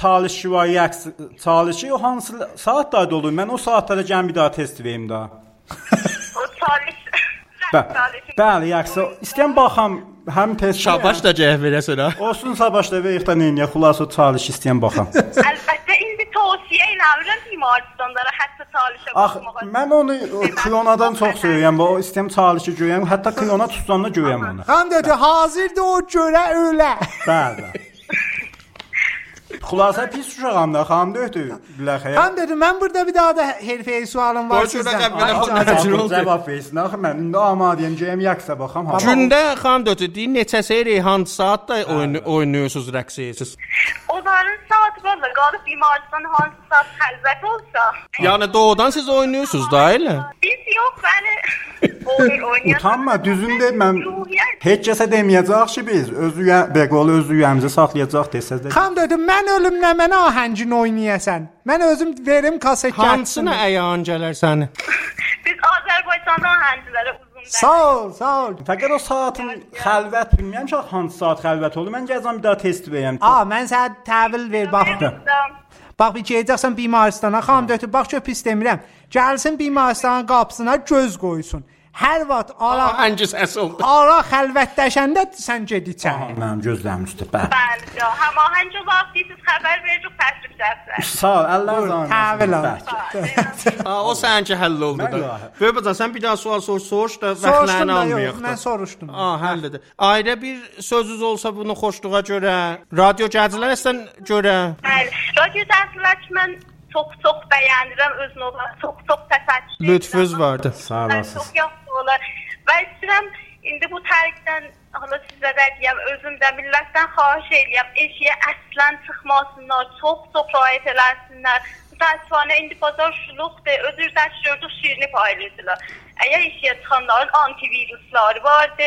çalışı var, yaks çalışı o hansı saatlarda olur? Mən o saatlarda gəlin bir daha test vereyim daha. O çalış. Bə bəli, yaxşı. İstəyən baxam həm test. Şabaş da cəhv verəsən ha. Olsun savaşda və ixtan eyni, xülasə o çalışı istəyən [laughs] baxam. Əlbəttə indi tövsiyə eləmirəm bimaristandara hətta çalışa Ax, baxmağa. mən onu o, klonadan çox sevirəm. O istəyəm çalışı görəm, hətta klona tutsanla görəm onu. Xan ötür hazırdır o görə ölə. Bəli. bəli. Xülasə pis uşağam da, xanım döydü. Biləxə. Hə, Xan ötür mən burada bir daha da herfeyi sualım var Boş yerə sizdən. qəbul eləmə. Ay, icazə- oldu? Cavab versin. Axı mən indi amadiyəm, gəyim yaksa baxam. ha. Gündə xan dötür deyir neçə seri hansı saatda Hə. oyun oynayırsınız, rəqs edirsiniz. Onların saat valla qalıb bimaristan hansı saat xəlvət olsa. Yəni doğudan siz oynayırsınız da elə. Biz yox, bəli. بله. Oyun oynayır. Utanma, düzündə mən Ruhiyyət heç kəsə deməyəcək ki biz özü yə- beqol özü yəmizə saxlayacaq desəz də. Xan ötür mən ölümlə mənə ahəngini oynayasan. Mən özüm verim kaset gəlsin. Hansına əyan gələr səni? Biz Azərbaycandan həndlərə uzun bəlkə. Sağ ol, sağ ol. Fəqət o saatın xəlvət bilmirəm ki, hansı saat xəlvət olur. Mən gələcəm bir daha test verəm. Aa, mən sənə təhvil ver bax. Bax bir gedəcəksən bimaristana, xanım dötür, bax çox pis demirəm. Gəlsin bimaristana qapısına göz qoysun. Hər vaxt ara Hangisi əsl? ara xəlvətləşəndə sən ged Hə, içəri. Mənim gözlərim üstə. Bəli. Bəli, canım. Həmahəng olaq, siz xəbər veririk təşrif dəfsə. Sağ ol. Allah razı olsun. Təhvil al. Bəli. Ha, o səninki həll oldu Mən da. lahe. Böybəcan sən bir daha sual sor, soruş da Soruşdum vaxtlarını da yox, almayaq da. mən soruşdum. Ha, həll edə. Ayrı bir sözünüz olsa bunu xoşluğa görə, radio gənclərə sən görə. Bəli. Radio dərslər ki, mən çox-çox bəyənirəm özünü olan, çox-çox təşəkkür edirəm. Lütfüz vardı. Sağ Mən olasınız. çox yaxşı olar. Və istəyirəm indi bu tərkdən hala sizə də deyəm, özüm də millətdən xahiş eləyəm, eşiyə əslən çıxmasınlar, çox-çox rayət eləsinlər. Təəssüfənə indi bazar şuluqdur, özür dəşirdük, şirini paylaşırlar. Əgər işə çıxanların antivirusları vardı,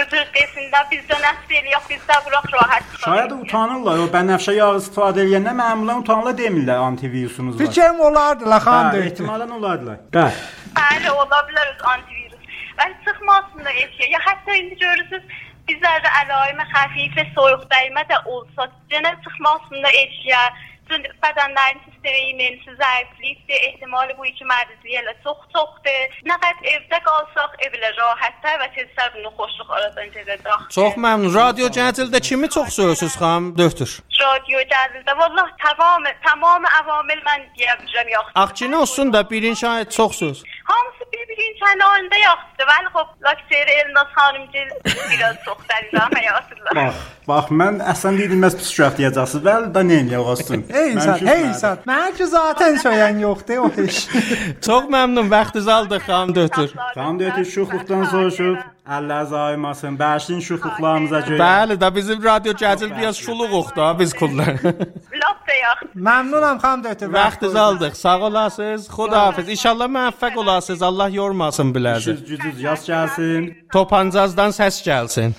özür desinlər, biz də nəsb eləyək, biz də bıraq rahat çıxaq. Şayad utanırlar. O bənəfşə yağı istifadə edəndə məmulan utanırlar demirlər antivirusumuz var. Fikrim olardı la Hə, xanım Bəli, dötür. ehtimalən olardılar. Hə, Bəli. Bəli, ola bilər öz antivirus. Bəli, çıxmasın da eşiyə. Ya hətta indi görürsüz, bizlərdə əlaimə xəfifə soyuq dəymə də olsa, yenə çıxmasın da eşiyə. Çünki bədənlərin sistemi immünisi zəiflikdir, ehtimali bu iki məruzliyə ilə çox-çoxdur. Nə qədər evdə qalsaq, evlə rahatdır və tezlər bunu xoşluq aradan gedəcək. Çox məmnun. Radio Gəncildə kimi çox söyürsüz xanım Dötür. Radio gəldi. Vallah tamam, tamam əvamil mən deyə biləcəm yox. Ağçını olsun da birinci ay çox söz. Hamısı birbirinin kendi halinde yaxşıdır. Vəli xop, lakseri Elnaz xanımcil biraz çox dəlizam həyatında. Bax, bax mən əslən deyilməz psixopat deyəcəksiniz. Bəli, da nə eləyək olsun. Ey insan, ey insan. Mən ki zaten söyən yoxdur o [laughs] iş. Çox məmnun vaxtınızı aldıq xanım Dötür. Tam deyək ki, şuxluqdan soruşub, əllər zayımasın, bəşin şuxluqlarımıza görə. Bəli də bizim radio Gəncil biraz şuluğuq da biz kullar. Lap da yaxşı. Məmnunam xanım dötür. [laughs] Vaxtınızı aldıq. Sağ olasınız. Xudahafiz. İnşallah müvəffəq olasınız. Allah yormasın bilərsiz. Siz gücüz yaz gəlsin. Topancazdan səs gəlsin.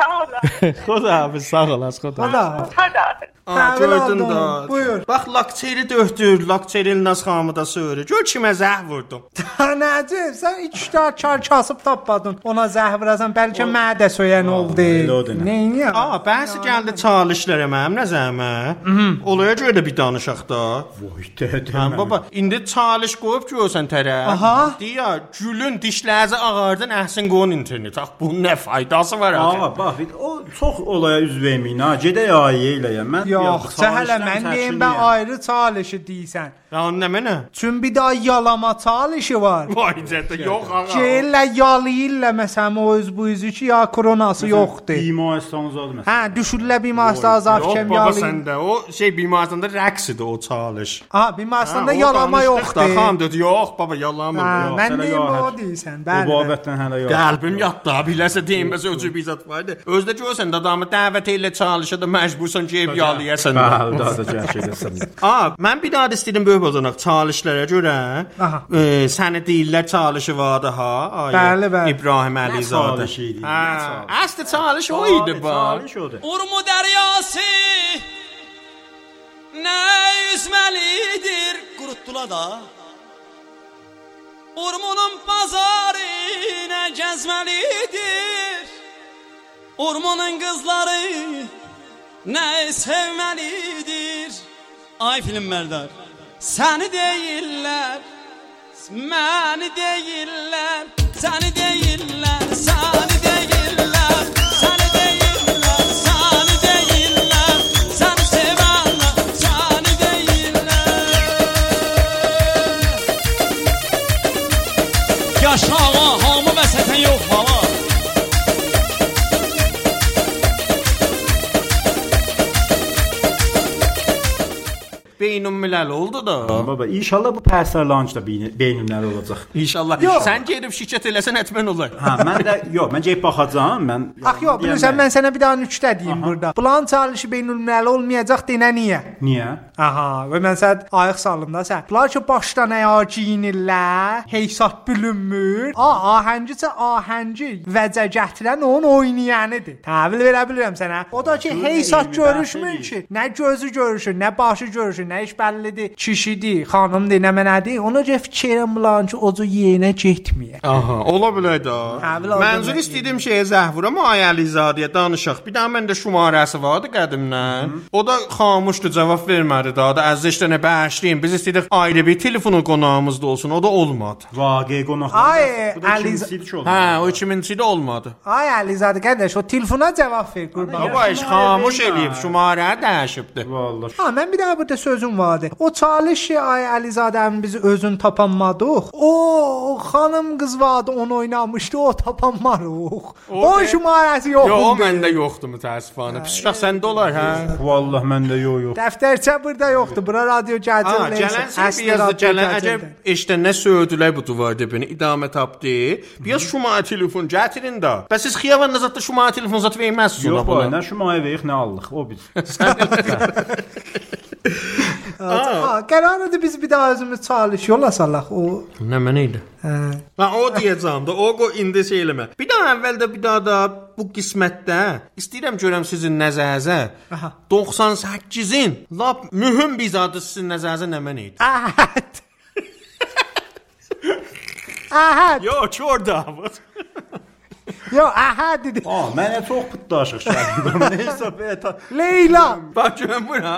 Sağ olun. [laughs] Xudahafiz. Sağ olasınız. Xudahafiz. Allah. Hada. Ha, Təhvil gördün aldı da. onu. Buyur. Bax lakteri döhdür, lakteri Naz xanımı da söyrü. Gör kimə zəh vurdum. Nəcib, sən iki tə kar kasıb tapmadın. Ona zəhvirasan, bəlkə mənə də söyən oldu. elə o dünə. Neyə? A, bəs gəldi çalışlara mənim nəzərimə. Mhm. Olaya görə də bir danışaq da. Voy, Hə, dədə. Həm baba, indi çalış qoyub görsən tərəf. Aha. Deyə gülün dişləzi ağardın, əhsin qoyun internet. Ax bunun nə faydası var axı? Ağa bax, o çox olaya üz verməyin ha. Gedək ayə eləyə. Mən Yox, sən hələ mən deyim bə ayə. ayrı çalışı deyirsən. Ya nə mənə? Çün bir daha yalama çalışı var. Vay cədə, yox ağa. Geyirlə yalayırlə məsələn o öz bu üzü ki ya koronası yoxdur. İma İslamzadə məsələn. Hə, düşürlə bir maçda azaf Yox kem baba yalayır. səndə o şey bimaristanda rəqs idi o çalış. Aha, bir maçda Hə, o yalama danışdıq da, yoxdur. Xanım dedi, yox baba yalamır. Hə, yox, mən sənə deyim yox, o hə. deyirsən. Bu Bəli. Hə, bəli. babətdən hələ yox. Qəlbim yatdı, biləsə deyinməsə öcü bizat vardı. Özdə görsən də adamı dəvət elə çalışa da məcbursan ki, ev yalayasan. Bəli, daha da gəşəsən. A, mən bir daha da istəyirəm böyük olacaq çalışlara görə. Aha. E, sənə deyirlər çalışı vardı ha. ayə. Bəli, bəli. İbrahim Əlizadə. çalış idi, nə Hə, çalış? Əsl çalış o idi bu. Çalış odur. Urmu deryası ne yüzmelidir Kuruttular da Urmunun pazarı ne cezmelidir Urmunun kızları ne sevmelidir Ay film merdar Seni değiller Məni deyirlər, səni deyirlər, səni deyirlər, səni deyirlər, səni deyirlər, səni sevənlər, səni deyirlər. Yaşağa hamı vəsətən yox bala. Beynümmilal oldu da. Baba, inşallah bu pərsərlanc da beynimlər olacaq. İnşallah. Sən gedib şirkət eləsən həttəmən olar. Hə, mən də [laughs] yox, mən gəlib baxacağam. Mən Ax yox, bilirsən mən sənə bir daha nüktə deyim burada. Plan çalışı beynülməli olmayacaq denə niyə? niyə? Aha, və mən sənə ayıq saldım da sən. Bunlar ki başdan ayağa giyinirlər, heysat bülünmür. A, ahəngicə ahəngi vəcə gətirən onun oynayanıdır. Təhvil verə bilirəm sənə. O da ki Gör, heysat elmi görüşmür bəhs ki. Nə gözü görüşür, nə başı görüşür, nəyiş bəllidir. Kişidir, xanımdır, nə mənədir. Ona görə fikirəm bulan ki, ocu yeyinə getməyə. Aha, ola bilər də. Hə, bilə, Mənzur ola bilər. istədim şey Zəhvura Mayəlizadəyə danışaq. Bir də məndə şumarəsi vardı qədimdən. O da xamuşdu, cavab vermədi daha da. Əziz işdənə bağışlayın. Biz istədik ayrı bir telefonu qonağımızda olsun. O da olmadı. Vaqe qonaq. Ay, Bu da Əliz- kimsil ki oldu. Hə, o 2000-ci də olmadı. Ay Əlizadə qardaş, o telefona cavab ver qurban. Baba iş xamuş eləyib, şumarə dəyişibdi. Vallahi. Ha, mən bir daha burada sözüm vardı. O çalışı ay Əlizadəmin biz özün tapanmadıq. O, o xanım qız vardı, onu oynamışdı, o tapanmarıq. O şumarəsi Yox, o yoxdur. məndə yoxdur mütəəssifانه. Pis şəxs səndə olar, hə? Vallahi məndə yox yox. Dəftərçə burada yoxdur. Bura radio Ha, gətirməyəcək. gələn səhifə yazdı, gələn əcəb işdə nə söydülər bu duvar dibini, idamə tapdı. Bir az şuma telefon gətirin də. Bəs siz xiyavan nəzətdə şuma telefon zət verməzsiniz ona Yox, bu buna. nə şumaya veyiq, nə allıq, o biz. Ha, qərarıdır biz bir daha özümüz çalış yola salaq. O [laughs] Nə mənə idi? hə. Ha, o deyəcəm də, o qo indi şey eləmə. Bir də əvvəldə bir daha da bu qismətdə istəyirəm görəm sizin nəzərinizə. Aha. 98-in lap mühüm bir zadı sizin nəzərinizə nə mənə idi? Əhəd. Əhəd. Yo, çordavı. Yo, Əhəd idi. A, mənə çox putdaşıq [laughs] şəhərdə. Nəysə beta. Leyla. Bax görəm bura.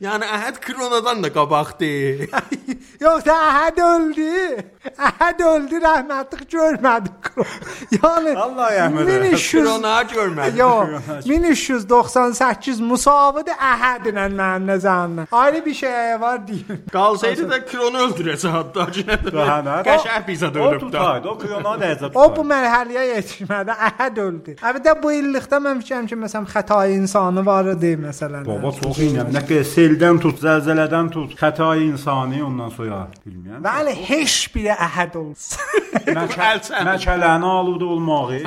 yəni Əhəd kronadan da qabaqdır. Yoxsa Əhəd öldü. Əhəd öldü, rəhmətlik görmədik. [laughs] Yəni Allah rəhmət eylesin. 1300 Krona görmədim. Yo, 1398 musavidir Əhəd ilə mənim nəzərimdə. Ayrı bir şey var deyim. Qalsaydı da Kronu öldürəcək hətta ki. Daha nə? Qəşəng bizə Hə, O dönüb də. tutaydı, o kuyona dəyəcək. O bu mərhələyə yetişmədi, Əhəd öldü. Əlbəttə bu illikdə mən fikirləşirəm ki, məsələn, xəta insanı var idi məsələn. Baba çox iynəm. Nə qədər seldən tut, zəlzələdən tut, xətai insani ondan sonra bilmirəm. Bəli, heç biri Əhəd olmaz. [laughs] Əlçəm. Məkələni alıb da olmağı.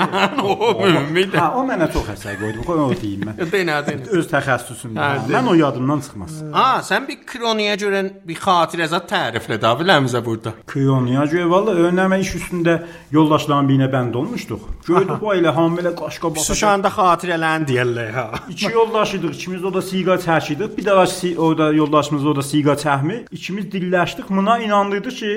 O ümid. Ha, o mənə çox əsər qoydu. Qoy o deyim mən. Denədin. Öz təxəssüsümdə. Hə, Mən o yadımdan çıxmaz. Ha, sən bir Kroniya görə bir xatirə zət təriflə də biləmizə burada. Kuyonluya görə valla önləmə iş üstündə yoldaşların birinə bənd olmuşduq. Gördük bu elə hamilə qaşqa baxacaq. Suşanda xatirələn deyirlər ha. İki yoldaş idik, ikimiz orada siqa çəkirdik. Bir də si orada yoldaşımız orada siqa çəkmi. İkimiz dilləşdik, buna inandırdıq ki,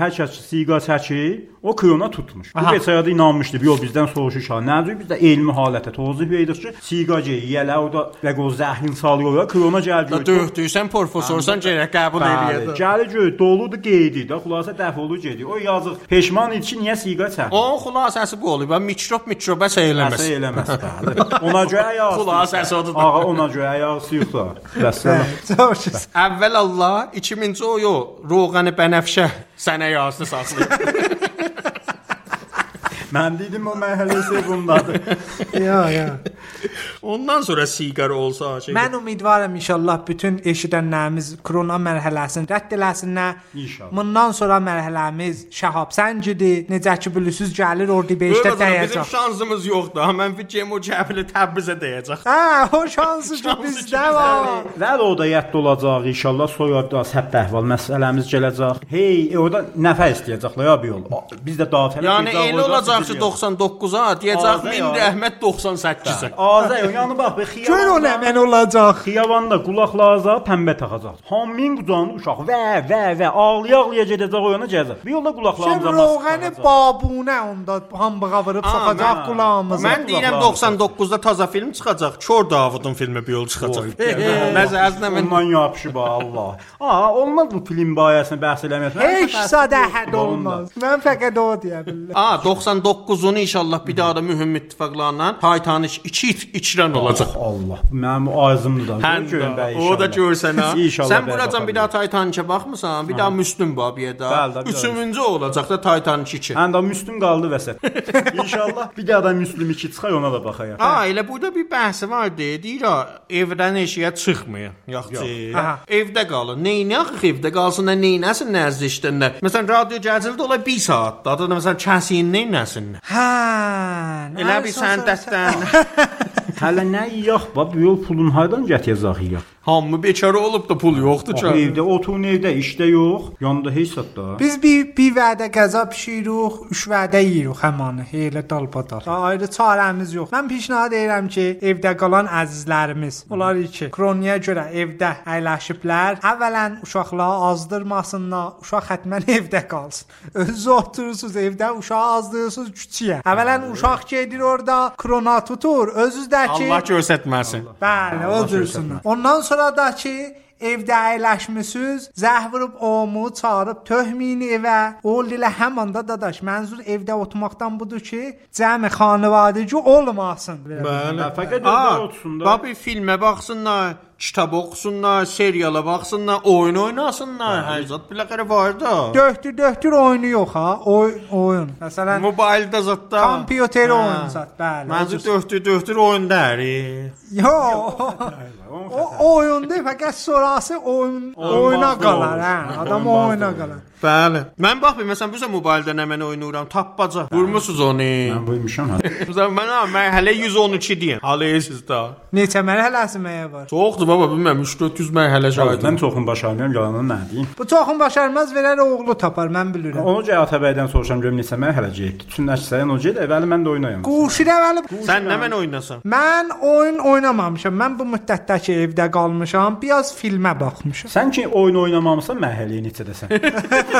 hər kəs siqa çəkir, o kuyona tutmuş. Bu beçaya da inanmışdı. Bir o bizdən soruşur ha. Nədir biz də elmi halətə tozub yedik ki, siqa yeyilə orada bəqo zəhrin salıyor, kuyona gəldi. Döhdüysən professorsan gərək qəbul Bəli, eləyəsən. gəli gör, doludu qeydi də, xülasə dəf olub gedir. O yazıq peşman idi ki, niyə siqa çəkdi? O xülasəsi bu olub. Mikrob mikrobə Eləməz. çəyiləməz. eləməz bəli. Ona görə ayaq. Xülasəsi odur da. Ağa ona görə ayaq suyuqda. Bəs səlam. Soruşursan. Əvvəl Allah, ikinci o yo, roğanı bənəfşə sənə yazdı saxlayır. Mən dedim o məhəllə sevundadır. Yo, yo. Ondan sonra siqar olsa şey. Mən ümidvaram inşallah bütün eşidənlərimiz korona mərhələsini rədd eləsinlər. İnşallah. Bundan sonra mərhələmiz Şahab Səncidir. Necə ki bilirsiniz, gəlir ordu 5-də Böyük bizim dəyəcək. şansımız yoxdur. Ha, mən fikrim o Cəbili Təbrizə dəyəcək. Hə, o şansı ki Şansı bizdə ki var. Vəl o da yadda olacaq inşallah soyadda səbt əhval məsələmiz gələcək. Hey, e, orada nəfər istəyəcəklər ya bu yol. O, Biz də dafiə Yəni elə olacaq ki 99-a deyəcək Azə 1000 ya. rəhmət 98-ə. Azay, yəni bax bu Gör o nə xiyabanda. mən olacaq. Xiyabanda qulaqlarına pəmbə taxacaq. Hamin qucanlı uşaq və və və ağlaya-ağlaya gedəcək o yana gələcək. Bu yolda Sən qulaqlarımıza mask roğanı taxacaq. babunə onda hambağa vurub soxacaq mən- qulağımıza. Mən deyirəm 99-da taza film çıxacaq. Kör Davudun filmi bu yol Oy, çıxacaq. [laughs] gəl. Nəzərinizdə mən Ondan yapışıb ha, Allah. Aa, olmaz bu film bayasını bəhs eləmək. Heç sadə hət olmaz. Mən fəqət o deyə bilərəm. A 99-unu inşallah bir daha da mühüm ittifaqlarla Titanic 2 içirən olacaq. Allah. Mənim o arzumdur da. Həm Görün də, bəy, o inşallah. da görsən ha. [laughs] İnşallah Sən bəy, buracan baxalım. bir daha Titanicə baxmısan, bir daha Müslüm Babiyə Bəli, də. də, bir daha Üçüncü olacaq da Titanic 2. Həm də Müslüm qaldı [laughs] vəsət. İnşallah bir daha da Müslüm 2 çıxar ona da baxayıq. Ha, elə burada bir bəhsi var deyir, deyir ha, evdən eşiyə çıxmayın. Yaxşı. Aha. Evdə qalın. Neyinə axı evdə qalsın, nə neyinəsin nəzdişdənlə. Məsələn, radio gəzildi ola 1 saat. Dadı məsələn, kəsin neyinəsin. Hə. Elə bir sən səndətdən. Hələ nə yox, bax bu yol pulun hardan gətirəcək ya? Hamı bekarı olub da pul yoxdur Axı çağırır. evdə otun evdə, işdə yox, yanında heç zat da. Biz bir, bir vədə qəza pişiririk, üç vədə yeyirik həmanı, elə dalbadal. Da ayrı çarəmiz yox. Mən pişnahad edirəm ki, evdə qalan əzizlərimiz, onlar ki, kroniyə görə evdə əyləşiblər. Əvvələn uşaqları azdırmasınlar, uşaq hətmən [laughs] evdə qalsın. Özünüz oturursunuz evdə, uşağı azdırırsınız küçüyə. Əvvələn uşaq gedir orada, krona tutur, özünüz də ki, Allah göstərməsin. Bəli, o dursunlar. Ondan sonra da ki evdə əyləşmisiniz, zəh vurub omu çağırıb töhmini evə. O ilə həmanda dadaş, mənzur evdə oturmaqdan budur ki, cəmi xanivadəci olmasın. Hə, Fəqət Aa, evdə otsun da. bax bir filmə baxsınlar, kitab oxusunlar, seriala baxsınlar, oyun oynasınlar. Hər zət biləqərə var da. Döhtür, döhtür oyunu yox ha, oy oyun. Məsələn, Mobildə zətdə. kompüteri Hə. oyun zət, bəli. Mənzur döhtür, döhtür oyundəri. Yo. [laughs] O, o oyunda fəqət sonrası oyun oyuna baxdı qalar, olur. hə, adam Oyun oyuna baxdı qalar. Bəli. Mən bax bir məsələn bizə mobildə nə mən oynayıram, tappaca. Vurmusuz onu. Mən bilmişəm hə. Bizə mən ha, mərhələ 112 deyim. Halıyasız da. Neçə mərhələsi məyə var? Çoxdur baba, bilmirəm 3-400 mərhələ şahid. Mən çoxun başarmıram, yalanın nə deyim. Bu toxum başarmaz verər oğlu tapar, mən bilirəm. Onu gəl Atabəydən soruşam görüm neçə mərhələ gedib. Bütün əksəriyyət onu gəl, əvvəli mən də oynayam. Quşu əvvəli Sən nə mən oynasan? Mən oyun oynamamışam. Mən bu müddətdə ki evdə qalmışam, biraz filmə baxmışam. Sən ki oyun oynamamısan, mərhələyə [laughs] neçədəsən?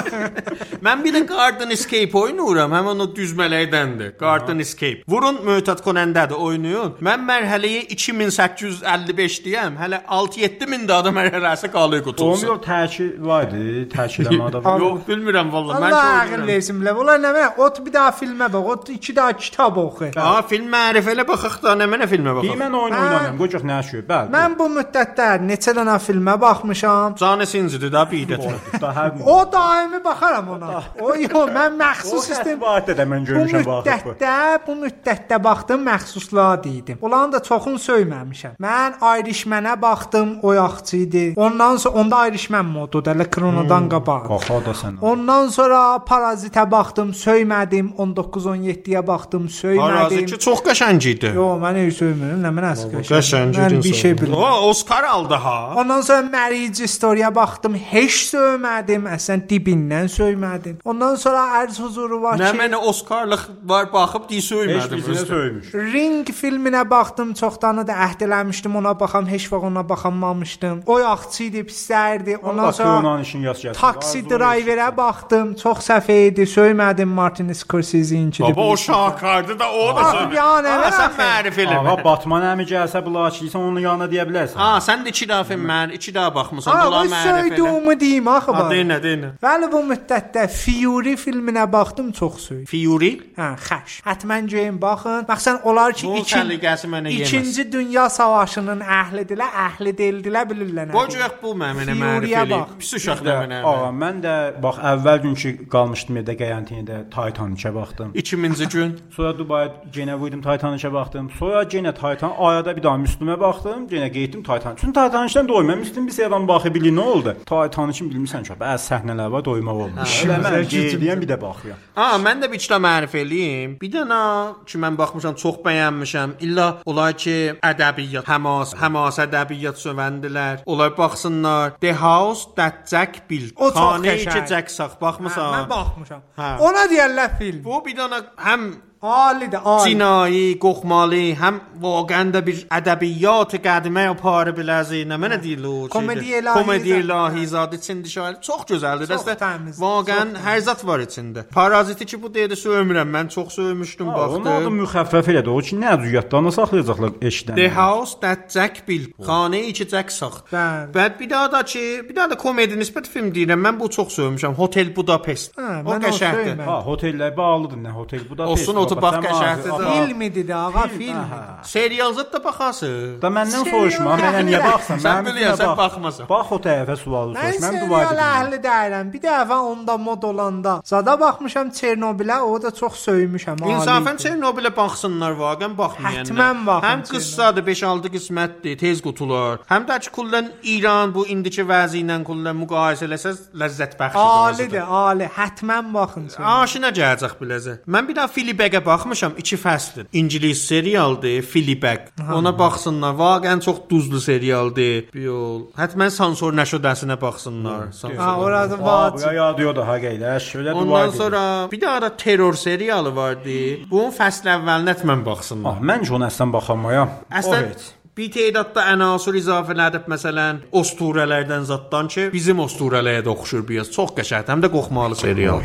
Mən bir də Garden Escape oynuyorum. Hemen o düzmələkdəndir. Garden Escape. Vurun mötəd konəndədir oynayın. Mən mərhələyə 2855 deyəm. Hələ 6-7000 də adam mərhələsi qalır Onun qutulsun. yox təşkil var idi, [laughs] təşkiləmə də var. Yox, bilmirəm vallahi. Mən Allah ki ağıl oynayıram. versin bilə. Ola nə bilən, ot bir daha filmə bax, ot iki daha kitab oxu. Ha, film mərifələ baxaq da, nə mənə filmə Deyim baxaq. mən oyun oynamıram, qoy çox nə şey. Bəli. Mən bu müddətdə neçə dənə filmə baxmışam. Canı sincidir da bir də. [laughs] daha hə- O daimi baxaram ona. O yox, mən məxsus sistem var da mən Bu görmüşəm baxıb. müddətdə, bu müddətdə baxdım məxsuslara deydim. Onların da çoxun söyməmişəm. Mən ayrışmənə baxdım, o yaxçı idi. Ondan sonra onda ayrışmən modudur, elə kronodan qabaq. Qaxa da sən. Ondan sonra parazitə baxdım, söymədim. 19-17-yə baxdım, söymədim. Parazit ki çox qəşəng idi. Yo, mən heç söymədim. Nə mən əsl qəşəng. Qəşəng Mən idi. bir şey bilmirəm. O, Oscar aldı ha. Ondan sonra Marriage Story-ya baxdım, heç söymədim, əslən dibindən söymədim. Ondan sonra Ərz huzuru var Nə ki, mənə Oscarlıq var baxıb deyə Heç söymədim. birinə özü. söymüş. Ring filminə baxdım, çoxdanı da əhd eləmişdim ona baxam, heç vaxt ona baxamamışdım. O yaxçı idi, pislərdi. Ondan Ondan sonra sonra işin yası gəlir. Taksi driverə baxdım, çox səhv idi, söymədim Martin Scorsese-inki. Baba o şahkardı da o da Ah, söymədi. ya nə Ha, var Sən axı? mərif Ağa eləmə. Batman əmi gəlsə bulaçıysan onun yanına deyə bilərsən. Ha, sən də 2 dəfə mən 2 dəfə baxmısan. Ha, Bunlar bu mərif elə. söydüyümü deyim axı Ha, bax. Deyinə, deyinə. Bəli, bu müddətdə Fury filminə baxdım, çox söyüdü. Fury Hə, xəş. Həttəmən gəlin baxın. Baxsan onlar ki, Bu ikin- səliqəsi mənə yeməz. İkinci Dünya Savaşının əhlidirlər, əhli deyildilər bilirlər. nə Qoyacaq deyil. bu mənə Fury'yə mərif elə. bax. Pis uşaq da mənə. Ağa mən də bax əvvəl günkü qalmışdım evdə qəyantinədə Titanicə baxdım. 2000-ci gün. Sonra Dubaya yenə vurdum Titanicə baxdım. Sonra yenə Titan ayada bir daha Müslümə baxdım. Yenə getdim Titanic. Çünki Titanicdən doymuram. Müslüm bir seyrən baxıb bilir nə oldu. Titanicin bilmirsən ki, bəzi səhnələr var doymaq olmur. Elə mən gedirəm bir də baxıram. Ha, mən də bir kitab mərif eləyim. Bir dənə ki mən baxmışam, çox bəyənmişəm. İlla olar ki, ədəbiyyat, həmas, həmas ədəbiyyat sövəndilər. Olar baxsınlar. The House That Jack Built. O çox Xanəyi qəşəng. ki Jack sax Hə, baxmısan. Mən baxmışam. Hə. Ona deyirlər film. Bu bir dənə həm Alidir, ali. cinayət, qoxmalı, həm vaqəən də bir ədəbiyyat qədimə aparı biləzinə. Mənə deyirlər. Komedi ilahi komedi zad- ilahi zad içindi şair. Çox gözəldir. Çox Dəstə təmiz, vaqəən çox hər zat var içində. Paraziti ki bu deyir söymürəm. Mən çox söymüşdüm Onun adı baxdım. müxəffəf elədi. O ki, nə əziyyətdən saxlayacaqlar eşidən. The House That Jack Built. Xaneyi ki Jack saxt. Bəli. Bəd bir daha da ki, bir daha da komedi nisbət film deyirəm. Mən bu çox söymüşəm. Hotel Budapest. Hə, mən o onu qəşəngdir. söymədim. Ha, hotellər bağlıdır, nə hotel bu da. Olsun, tez, o da bax sən qəşərdir ağzı- da. Aha. Film idi də, ağa, film idi. Serial zət də baxasın. Da məndən soruşma, mənə niyə baxsan? Sən Mənim bilirsən, üzümə bax. baxmasan. Bax o tərəfə sualı Mən soruş. Mən Dubayda. serial deyiləm. əhli deyirəm. Bir dəfə onda mod olanda zada baxmışam Çernobilə, o da çox söymüşəm. ali İnsafən idi. Çernobilə baxsınlar vaqən baxmayanlar. Hətmən baxın Həm qıssadır 5-6 qismətdir, tez qutular. Həm də ki kullən İran bu indiki vəzi ilə kullən müqayisə eləsəz ləzzət bəxşidir. Alidir, ali. Həttəmən baxın. Çernobil. Aşina gələcək biləcək. Mən bir daha Filibə dəqiqə baxmışam, 2 fəsldir. İngilis serialdır, Fleabag. Ona baxsınlar, vaqəən çox duzlu serialdır. Biol. Hətta sansor nəşədəsinə baxsınlar. sansor. Ha, orada Aa, vac. buraya yadıyor daha geyler. Şöyle Ondan dua sonra... sonra bir daha da terror serialı vardı. Bunun fəsl əvvəlinə mən baxsınlar. Ah, mən ona əslən baxamaya. Əslən Oh, Evet. bir tədadda ənasır izafələr edib məsələn osturələrdən zaddan ki, bizim osturələyə də oxşur biraz. Çox qəşəngdir, həm də qoxmalı serial.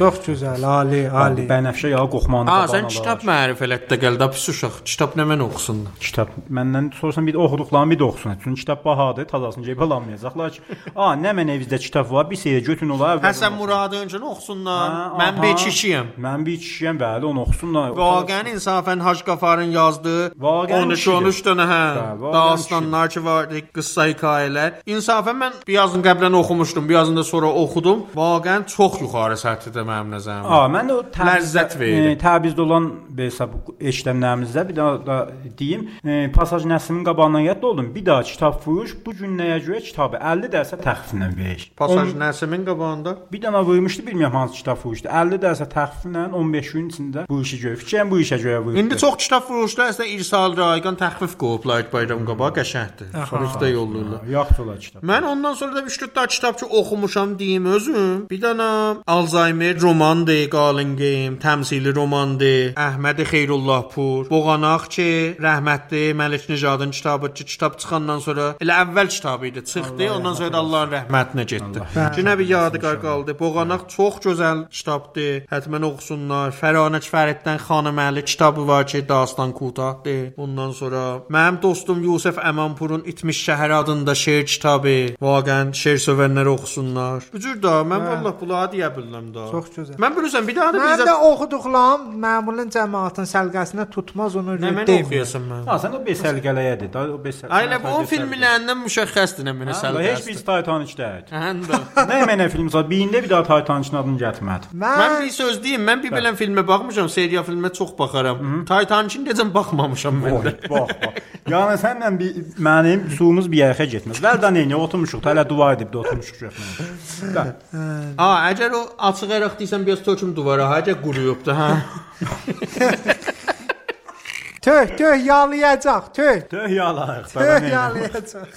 Çox gözəl, ali, ali. Bənəfşə yağı qoxmanı Ha, qabağına Hə, sən var. kitab məarif elətdə gəldə pis uşaq. Kitab nə mən oxusun? Kitab məndən sorsan bir də oxuduqlarımı bir də oxusun. Çünki kitab bahadır, tazasını cəbə almayacaqlar [laughs] ki. A, nə mən evdə kitab var, bir seyir götün olar. əvvəl Həsən oxusun. Muradı öncə oxusunlar. Ha, Hə, Hə, Mən aha. bir kişiyəm. Mən bir kişiyəm, bəli, onu oxusunlar. Vaqəən insafən Hacı Qafarın yazdığı Vaqəən 13 kişidir. 13 dənə hə, Hə, vaqəən dastanlar ki vardı, qıssa hekayələr. İnsafən mən bir yazın qəblən oxumuşdum, bir yazın da sonra oxudum. Vaqəən çox yuxarı səthdə mənim nəzərimdə. A, mən o təbizdə- Ləzzət verir. E, Təbizdə olan bir hesab işləmlərimizdə bir daha da deyim, e, pasaj Nəsimin qabağından yadda oldum. Bir daha kitab furuş bu gün nəyə görə kitabı 50% təxfiflə verir. Pasaj Nəsimin qabağında. Bir dənə vurmuşdu, bilmirəm hansı kitab vurmuşdu. 50% təxfiflə 15 gün içində bu işi görür. Fikirəm bu işə görə vurur. İndi çox kitab furuşlar əslində İrsal Rayqan təxfif qoyublar bayram qabağı qəşəngdir. Furuşda yollayırlar. yaxşı olar kitab. Mən ondan sonra da 3-4 daha kitab ki oxumuşam deyim özüm. Bir dənə Alzheimer romandır, Qalın Game, təmsili romandır. Əhməd Xeyrullah Pur, Boğanaq ki, rəhmətli Məlik Nijadın kitabı ki, kitab çıxandan sonra elə əvvəl kitabı idi, çıxdı, ondan sonra da Allahın rəhmətinə getdi. Cinə bir yadigar qaldı. Boğanaq çox gözəl kitabdır. Həttəmən oxusunlar. Fəranəç Fəriddən Xanəməli kitabı var ki, dastan qutaqdır. Ondan sonra mənim dostum Yusuf Əmanpurun İtmiş şəhər adında şeir kitabı. Vaqən şeir sevənlər oxusunlar. Bu cür də mən vallah bunları deyə bilirəm də. Hə. Çox gözəl. Mən bilirsən bir daha da Mən bizə də oxuduqlarım məmulun cəmaatın səlqəsinə tutmaz onu Nə görə mən demir. oxuyasan mən? Ha, Hə, sən o besəlgələyədir. Da o besəl. Ailə bu filmlərindən müşəxxəsdir nə mənə Hə, səlbə. heç [laughs] bir Hə, Titanic deyil. Həndə. Nə mənə film zad, beyində bir daha Titanicin adını gətirmədi. Mən Mən bir söz deyim, mən bir belə filmə baxmışam, seriya filmə çox baxaram. Titanic-in necə baxmamışam mən də. Bax, bax. Yəni sənlə bir mənim suyumuz bir yerə getməz. Vəlda nəyinə oturmuşuq, hələ dua edib də oturmuşuq götürmə. A, əgər o açıq ərəq deyirsən, biraz töküm duvara, həqiqət quruyubdu, hə. töh töh yalayacaq, töh. Töh yalarıq. Töh yalayacaq.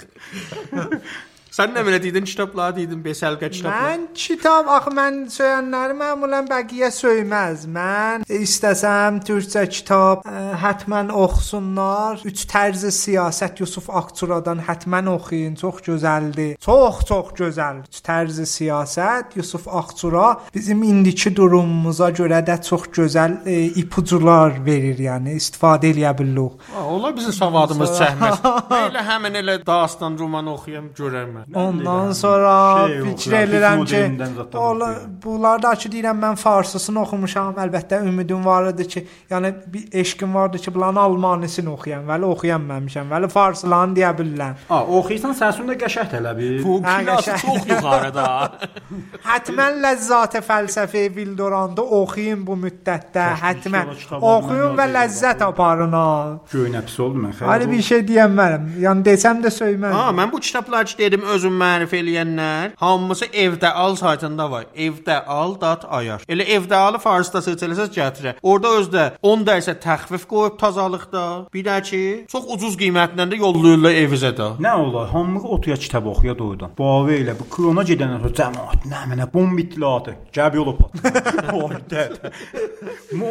[laughs] Sən nə belə dedin, kitabları dedin, besəlqə kitabları. Mən kitab axı mən söyənləri məmulən bəqiyə söyməz. Mən istəsəm türkcə kitab ə, hətmən oxusunlar. Üç tərz siyasət Yusuf Akçuradan hətmən oxuyun. Çox gözəldir. Çox çox gözəl. Üç tərz siyasət Yusuf Akçura bizim indiki durumumuza görə də çox gözəl ə, ipucular verir, yəni istifadə eləyə bilirik. Mən onlar bizim savadımız çəkməz. [laughs] Elə həmin elə dastan romanı oxuyam görərəm. mən. Ondan sonra Şey fikir oxuyuram, edirəm Fitz ki, modelindən zətdən ola- oxuyuram. bunlarda ki deyirəm mən farsısını oxumuşam, əlbəttə ümidim var idi ki, yəni bir eşqim vardı ki, bunların almanisini oxuyam, vəli oxuyamamışam, vəli farsılarını deyə bilirəm. A, oxuyursan səsin də qəşəng elə bir. Bu Hə, klası qəşəng. çox yuxarıda. [laughs] Hətmən ləzzat fəlsəfi bildoranda oxuyun bu müddətdə, Kaş bir hətmən şey ola kitab oxuyun ondan və yazılır, ləzzət aparın. ha. Göynə pis oldu mən. Hali bir şey deyəmərəm. Yəni desəm də söymərəm. Ha, mən bu kitabları ki dedim özüm mənərif eləyənlər, hamısı evdə al saytında var. Evdə al.ir. Elə evdə alı farsda search eləsəz gətirər. Orda özdə 10% təxfif qoyub tazalıqda. Bir də ki, çox ucuz qiymətlə də yollayırlar evizə də. Nə olar? Hamı otuya kitab oxuya doydu. Bavi elə bu krona gedəndən sonra cəmaət nə mənə bomb ittilaatı. Gəb yolu [laughs] pat.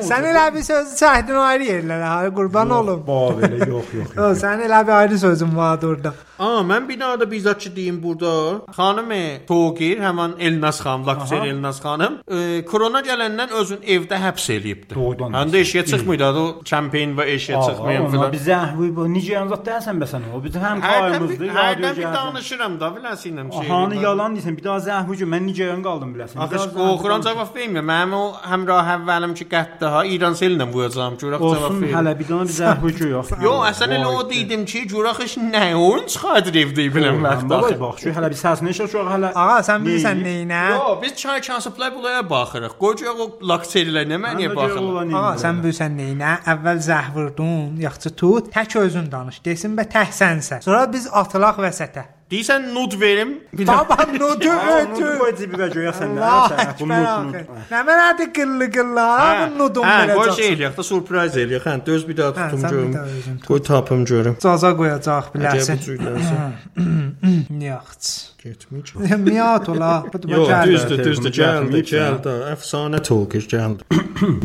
Sən elə bir sözü çəkdin ayrı yerlərə, ha, qurban olum. Bavi elə yox, yox. Yo, Sən elə bir ayrı sözün vardı orada. A, mən binada bizzat ki deyim burada. Xanım Toğir, həmin Elnaz xanım, Lakser Elnaz xanım, e, korona gələndən özün evdə həbs eliyibdi. Doğrudan. Həm də eşiyə çıxmıydı, o kampen və eşiyə çıxmayan filan. filan. Bizə bu- bu necə yanzat dəsən bəsən o. Biz həm Hərdən bir, payımızdır, hərdən bir yadırcağız. danışıram da, biləsinəm ki. Hanı yalan deyirsən, bir daha zəhvucu mən necə yan qaldım biləsən. Bir Axı daha zəhvucu- qoxuran cavab vermir. Mənim o həmrah əvvəlim ki, qətdə ha İran selinlə vuracağam, görək cavab Olsun verir. hələ bir dana bir zəhvucu [laughs] yox. Yo, əsən elə o dedim ki, görək iş nə oyun çıxardır evdə bilən vaxt Baba axı. bax, şu hələ bir səs neçə çox hələ. Ağa sən bilirsən neyinə? Hə? Yo, biz çay kasıblar bulaya baxırıq. Qoca o lakserlə nə məniyə baxırıq? Ağa sən bilirsən neyinə? Əvvəl zəhvurdun, yaxşı tut, tək özün danış. Desin bə tək sənsən. Sonra biz atılaq vəsətə. Deyirsən nud verim. Bir [laughs] Baba nudu Onu ötü. qoy cibinə göyə səndə. hə, Allah sən, bunu ekber unutma. axı. Nə mənədi qıllı qıllı ha bu nudum Hə, qoy şey verəcək. eləyək də surpriz eləyək. Hə, döz bir daha Hə, tutum sən bir görüm. daha özün tut. Qoy tapım görüm. Caza qoyacaq Əcəb biləsən. [laughs] cüydənsə. Hə. Niyaxç. [laughs] Getmir. Miyat ola. Bu da Yox, gəl. düzdür, düzdür, gəldi, gəldi. Əfsanə tolkir gəldi.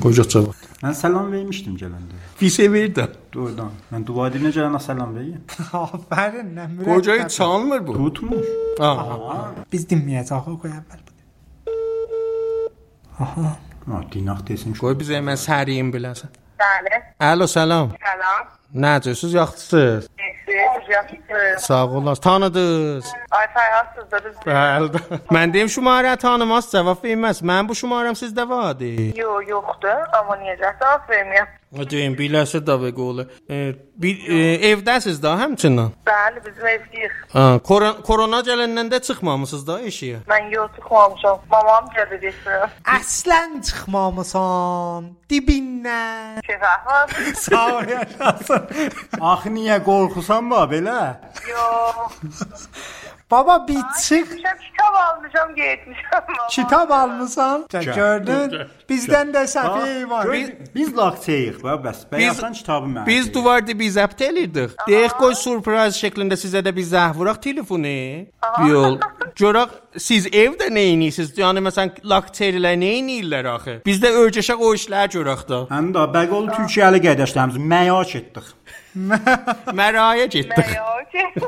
Qoca çava. Mən salam vermişdim gələndə. Bir sevirdi. Doğrudan. Mən dua edinə gələnə salam verirəm. [laughs] Afərin nə mürəkkəb. Qocayı çalmır bu. Tutmuş. Aha. biz dinməyəcək o qoy əvvəl. Ha, dinaq desin. ki, Qoy bizə mən səriyim biləsən. Bəli, Alo, salam. salam. Nəcəsiz, yaxşısınız? Siz yaxşısınız. Sağ olasınız. Tanıdınız. Ay fərhatsız da biz. Bəli. Mən deyim şumarə tanımaz, cavab verməz. Mən bu şumaram sizdə vardı. Yo, yoxdur. Amma niyə cavab verməyəm? Deyim, biləsə də və qolu. E, bir e, evdəsiz də həmçinin. Bəli, bizim evliyiz. Ha, korona, korona gələndən də çıxmamısınız da eşiyə. Mən yox çıxmamışam. Mamam gəldi desin. Əslən çıxmamısan dibindən. Şəfahat. Sağ ol yaşasın. Axı niyə qorxusan ba belə? Yo. Baba bir çıx. Şəm kitab almışam, getmişəm. Kitab almısan? Gördün? Bizdən də səfi var. Biz, biz laqçeyik və bəs. Bəyəsən kitabı mənə. Biz duvardı biz zəbt elirdik. Deyək qoy surpriz şəklində sizə də bir zəh vuraq telefonu. Yox. Görək siz evdə nə edirsiniz? Yəni məsələn lakterlər nə edirlər axı? Bizdə öyrəşək o işlər görək də. Həm də bəqol Türkiyəli qardaşlarımız məyaç etdik. Məraya getdik.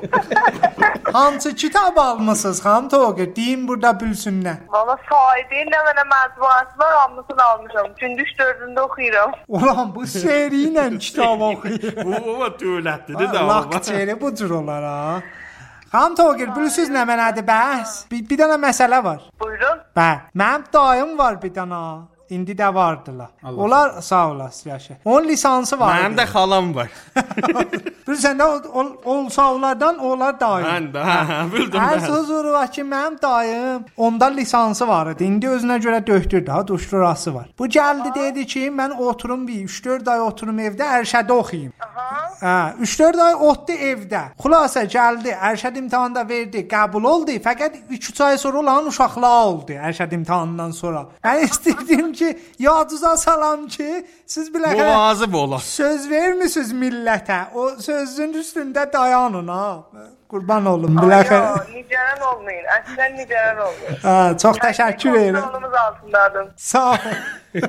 [laughs] Hansı kitab almısınız? Xan Toğu, deyin burada bilsinlər. Valla sahibiyle bana mezbaası var, amlasını almışım. Gündüz dördünde okuyorum. Ulan bu seri ilə kitab [laughs] oxuyur. Bu baba dövlətdir də. Lakçeri bu cür olar ha. Xan Toğu, bilirsiniz nə mənadır bəhs? Bir, bir dənə məsələ var. Buyurun. Bəli. Mənim dayım var bir dənə. İndi də vardılar. Onlar sağ olasın yaşa. Onun lisansı var. Mənim də xalam var. Bilirsən də o, o, o sağlardan onlar dayım. Mən də hə, hə, bildim Hər də. sözü var ki, mənim dayım onda lisansı var idi. İndi özünə görə döktür daha duşdurası var. Bu gəldi dedi ki, mən oturum bir 3-4 ay oturum evdə Ərşədə oxuyum. Hə, 3-4 ay otdu evdə. Xülasə gəldi, Ərşəd imtahanda verdi, qəbul oldu. Fəqət 3-3 ay sonra olan uşaqlar oldu Ərşəd imtahanından sonra. Mən [laughs] istəyirdim ki, yadıza salam ki, siz Bu bilə lazım olar. Söz vermisiniz millətə. O sözün üstündə dayanın ha. Qurban olum biləxə. Yo, nicelen olmayın. Aslen nicelen olmayın. Ha, çox təşəkkür edirəm. Kontrolümüz altındadır. Sağ ol.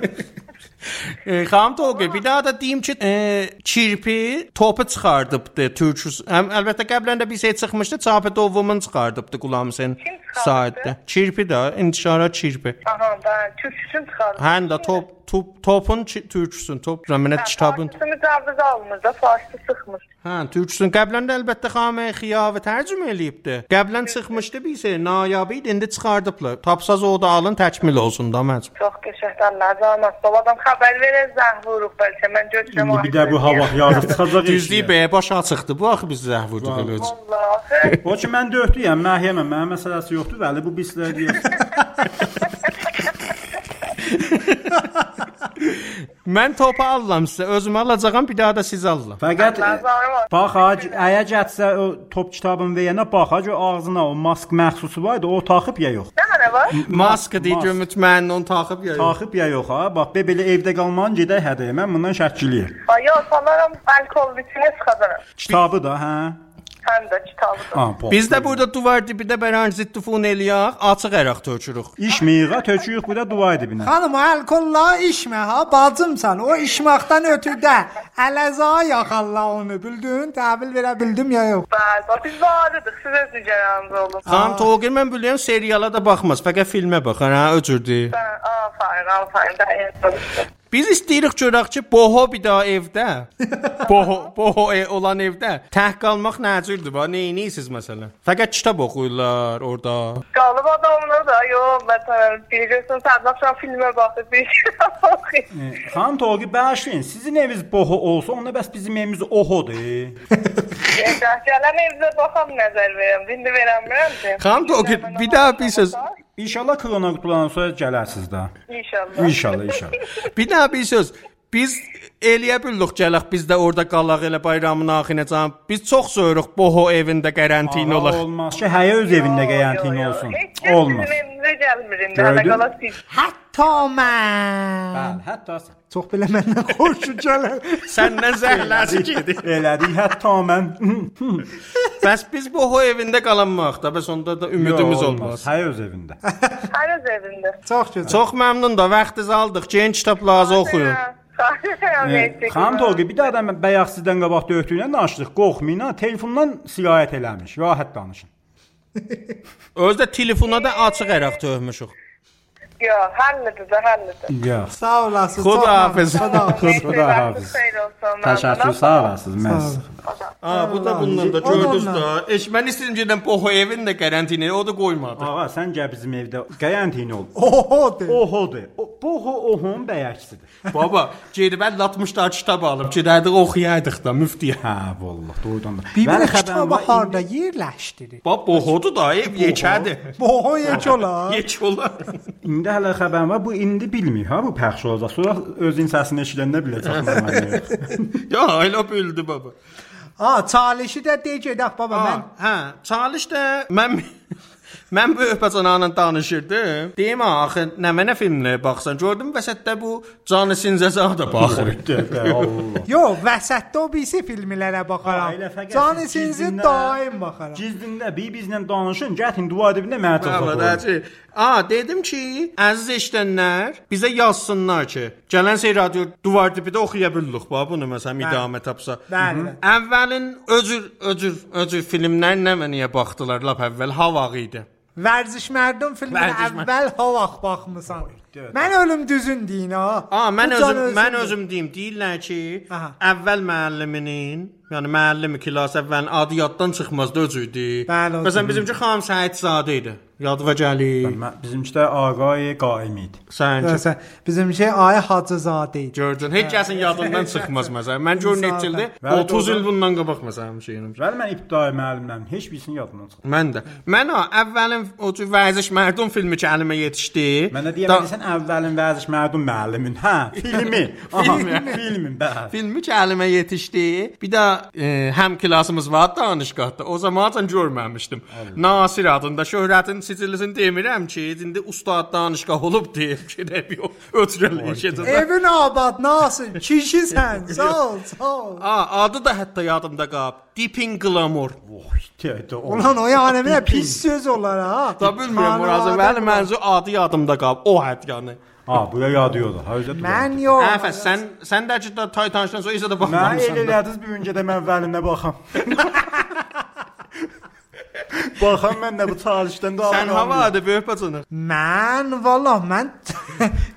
E, Xam Toğu, bir daha da deyim ki, e, çirpi topu çıxardıbdı Türküs. Həm əlbəttə qəbləndə bir şey çıxmışdı, çapı dovumun çıxardıbdı Qulam Hüseyn Kim çıxardıbdı? Saiddə. Çirpi də, intişara çirpi. Aha, ben Türkçüsünü çıkardım. Həm də top top topun çi- türküsün, top Hə, rəminə kitabın. Farsçısını tarzı almış da Farsçı sıkmış. Hə, türküsün qəbləndə əlbəttə Xamə Xiyavə tərcümə eləyibdi. Qəblən çıxmışdı bir şey, nayabi idi, indi çıxardıblar. Tapsaz o da alın təkmil olsun da məcbur. Çok teşekkürler. Nazarmaz. Babadan haber verir zahvuruk belki. Ben götürüm. İndi bir də bu hava yağış [laughs] çıxacaq. Düzdük, bəyə baş açıqdı. Bu axı biz zəh vurduq elə. [laughs] üçün. Allah'ım. O ki mən döhdüyəm, məhkəmə, mənim məsələsi yoxdur, Vəli bu bislər [laughs] deyir. Mən topu alıram sizə, özümə alacağam, bir daha da sizə alıram. Fəqət e, Nazarmaz. Bax ha, əyə gətsə o top kitabın vəyənə bax ha, o ağzına o mask məxsusu var idi, o taxıb ya yox. Ne kadar var? Maska deyə mütmənin onu taxıb yeyir. Taxıb ya yox ha. Bax be belə evdə qalmanın gedək hədəyə. Mən bundan şəkkiliyəm. Ay yok sanırım alkol bütüne çıkardım. Kitabı da hə. Hem de kitabı da. Ha, bax. Biz də burada divar dibində bəran zittufun eləyək, açıq əraq tökürük. iş miyiğa tökürük burada dua edibinə. Xanım alkolla içmə ha, bacımsan. O içməkdən ötürü də ələza yaxalla onu, bildin? Təhvil verə bildim ya yox? Ben, bak biz bağırdık. Siz öz niceleriniz olun. Xan Toğir mən bilirəm seriala da baxmaz, fəqət filmə baxar, hə, o cürdür. Ben, aferin, aferin. Ben en çalıştım. Biz istəyirik görək ki, boho bir daha evdə. boho, boho e, olan evdə tək qalmaq nə cürdür? Va, nə edirsiz məsələn? Fəqət kitab oxuyurlar orada. Qalıb adamına da yo, məsələn, bilirsən sən axşam filmə baxıb bir şey [laughs] baxıb. E, Xan Toği bağışlayın. Sizin eviniz boho olsa, onda bəs bizim evimiz ohodur. Gələn evdə baxam nəzər verəm. İndi verəmirəm ki. Xan Toğir, bir daha bir söz. İnşallah korona qutulandan sonra gələrsiniz də. İnşallah. İnşallah, inşallah. Bir daha bir söz. Biz eləyə bildik gələk biz də orada qalaq elə bayramın axınacaq. Biz çox soyuruq Boho evində qarantin Aha, olaq. Olmaz ki, həyə öz evində qəyantin olsun. Heç kim Olmaz. bizim evimizə gəlmirin. Gördün? Hələ qala siz. Hətta mən. Bəli, hətta sən. [laughs] Çox belə məndən xoşu gəlir. [laughs] Səndən zəhləsi gedir. Elədim, hətta mən. [laughs] Bəs biz Boho evində qalanmaq da, bəs onda da ümidimiz Yox, olmaz. Həyə öz evində. Hələ öz evində. Çox gözəl. Çox məmnun da vaxtınızı aldıq. Gen kitablarınızı oxuyun. E, Xanım Tolqi, bir də adam bayaq sizdən qabaq döyütdüyünə danışdıq. Qorxmayın, ha, telefondan silayət eləmiş. Rahat danışın. Özdə telefona da açıq əraq töhmüşük. Yox, həllidir də, həllidir. Yox. Sağ olasın. Xuda çox məmnun, hafiz. xuda hafiz. Xuda hafiz. Təşəkkür, sağ olasınız. Mən sizə. A, bu da bundan da Allah. gördünüz də. Eş mən istəyirəm gedən Boho evində qarantinə, o da qoymadı. Ağa, sən gəl bizim evdə qəyantin ol. Oho de. Ohodur. O- Boho ohun bəyəksidir. [laughs] Baba, gedib 60 da kitab alıb gedərdik oxuyardıq da müftiyə. Hə, vallahi, doğrudan da. Bir-bir Bəli, xəbərim kitabı var, harda yerləşdirir? Bab Bohodu da ev yekədir. Boho yek ola. Yek olar. İndi hələ xəbərim var. Bu indi bilmir ha, bu pəxş olacaq. Sonra özün səsini eşidəndə biləcəksən. [laughs] [laughs] Ya elə bildi baba. Ha, çalışı da de gedək baba mən. Mən hə, çalış da [laughs] mən Mən bu öpəcananla danışırdım. Deyim ha, axı nə mənə filmlə baxsan, gördüm vəsətdə bu Canı Sinzəzadə baxır. [laughs] Allah. Yo, vəsətdə o birisi filmlərə Ha, elə baxaram. fəqət Canı siz sinzi gizlindən- daim baxaram. Gizdində bir bizlə danışın, gətin dua edibində mənə toxunun. Bəli, A, dedim ki, əziz eşidənlər, bizə yazsınlar ki, gələn sey radio divar dibində oxuya bilirik. Bax bunu məsələn idamə tapsa. Bəli, Mhm. bəli. Əvvəlin özür özür özür filmlərinə və niyə baxdılar lap əvvəl hava idi. Vərziş Mərdum filminə Vərziş Mərdum. əvvəl ha vaxt baxmısan. dörd. Mən ölüm düzün deyin ha. A, mən Bu can özüm mən özündür. özüm deyim, deyirlər ki, Aha. əvvəl müəlliminin, yəni müəllimi klass əvvəlin adı yaddan çıxmazdı öz idi. Bəli, o Məsələn cür. bizimki Xan Səhidzadə idi. Yadıma gəlir. Bizimki də ağay qaim idi. Sən ki, Məsələn, bizim şey Ay Hacızadə idi. gördün, heç kəsin yadından çıxmaz məsələn. Mən görün İnsan neçildi? da. Bəli, 30 il doğru. bundan qabaq məsələn şeyim. Bəli, mən ibtidai müəllimlərim heç birisini yadımdan çıxmır. Mən də. Mən ha, əvvəlin o cür vərziş mərdum filmi kəlmə yetişdi. Mənə e Da- deyəməlisən əvvəlin vəziş mərdum müəllimin. Hə, filmi. Aha, filmin bəli. Filmi kəlmə yetişdi. Bir də e, həm klassımız var danışqahda. O zaman can görməmişdim. Nasir adında şöhrətin sicilisini demirəm ki, indi ustad danışqah olub deyib ki, də bir ötürəlik gedəcək. Evin abad nasıl? Kişisən. Sağ ol, sağ ol. A, adı da hətta yadımda qalıb. Dipping Glamour. Oy, tə- tə- Ulan o yani bir pis söz olar ha. Da bilmirəm Murazə, bəli mənzu adı yadımda qalıb. O hətta yəni. Ha, buraya yadıyordu. Ha, özə. Mən yox. Əfə, sən sən də ki, da Titan-dan sonra isə də [laughs] Mən baxmamısan. elə da. elədiniz bir öncə də mən vəlimlə baxam. baxam mən də bu çalışdan da Sən alıram. havadır, böyük bacını. Mən vallah [laughs] mən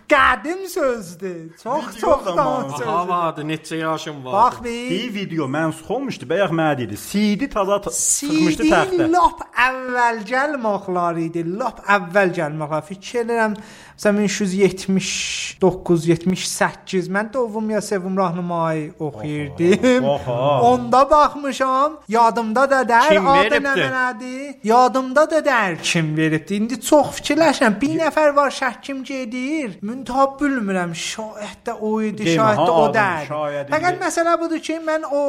qədim sözdür. Çox Video çoxdan zamanı. sözdür. Havadır, neçə yaşım var. Bax bir Bir video mənsuh olmuşdu. Bayaq mənə dedi. CD taza t- çıxmışdı CD taxta. lap əvvəl gəlməklər idi. Lap əvvəl gəlməklər. Fikir edirəm, məsələn 1979, 78. Mən dovom ya sevom rahnamay oxuyurdim. Oho, oho. Onda baxmışam, yadımda da dər Kim adı veribdi? nə mənədi? Yadımda da dər kim veribdi. İndi çox fikirləşirəm. Bir nəfər var şəhk kim gedir. Müntab bilmirəm. Şayət də o idi, Demə, şayət də ha, o adam, dər. şayət idi. Fəqət məsələ budur ki, mən o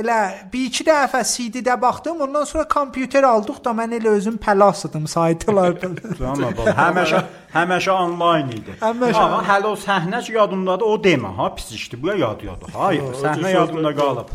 elə bir iki dəfə CD-də baxdım, ondan sonra kompüter aldıq da mən elə özüm pəlas idim saytlardan. [laughs] Amma baba, həmişə həmişə onlayn idi. Həmişə. Amma hələ o səhnə ki yadımdadır, o demə ha, pis işdi. Bu yadıyordu. Hayır, səhnə yadımda qalıb.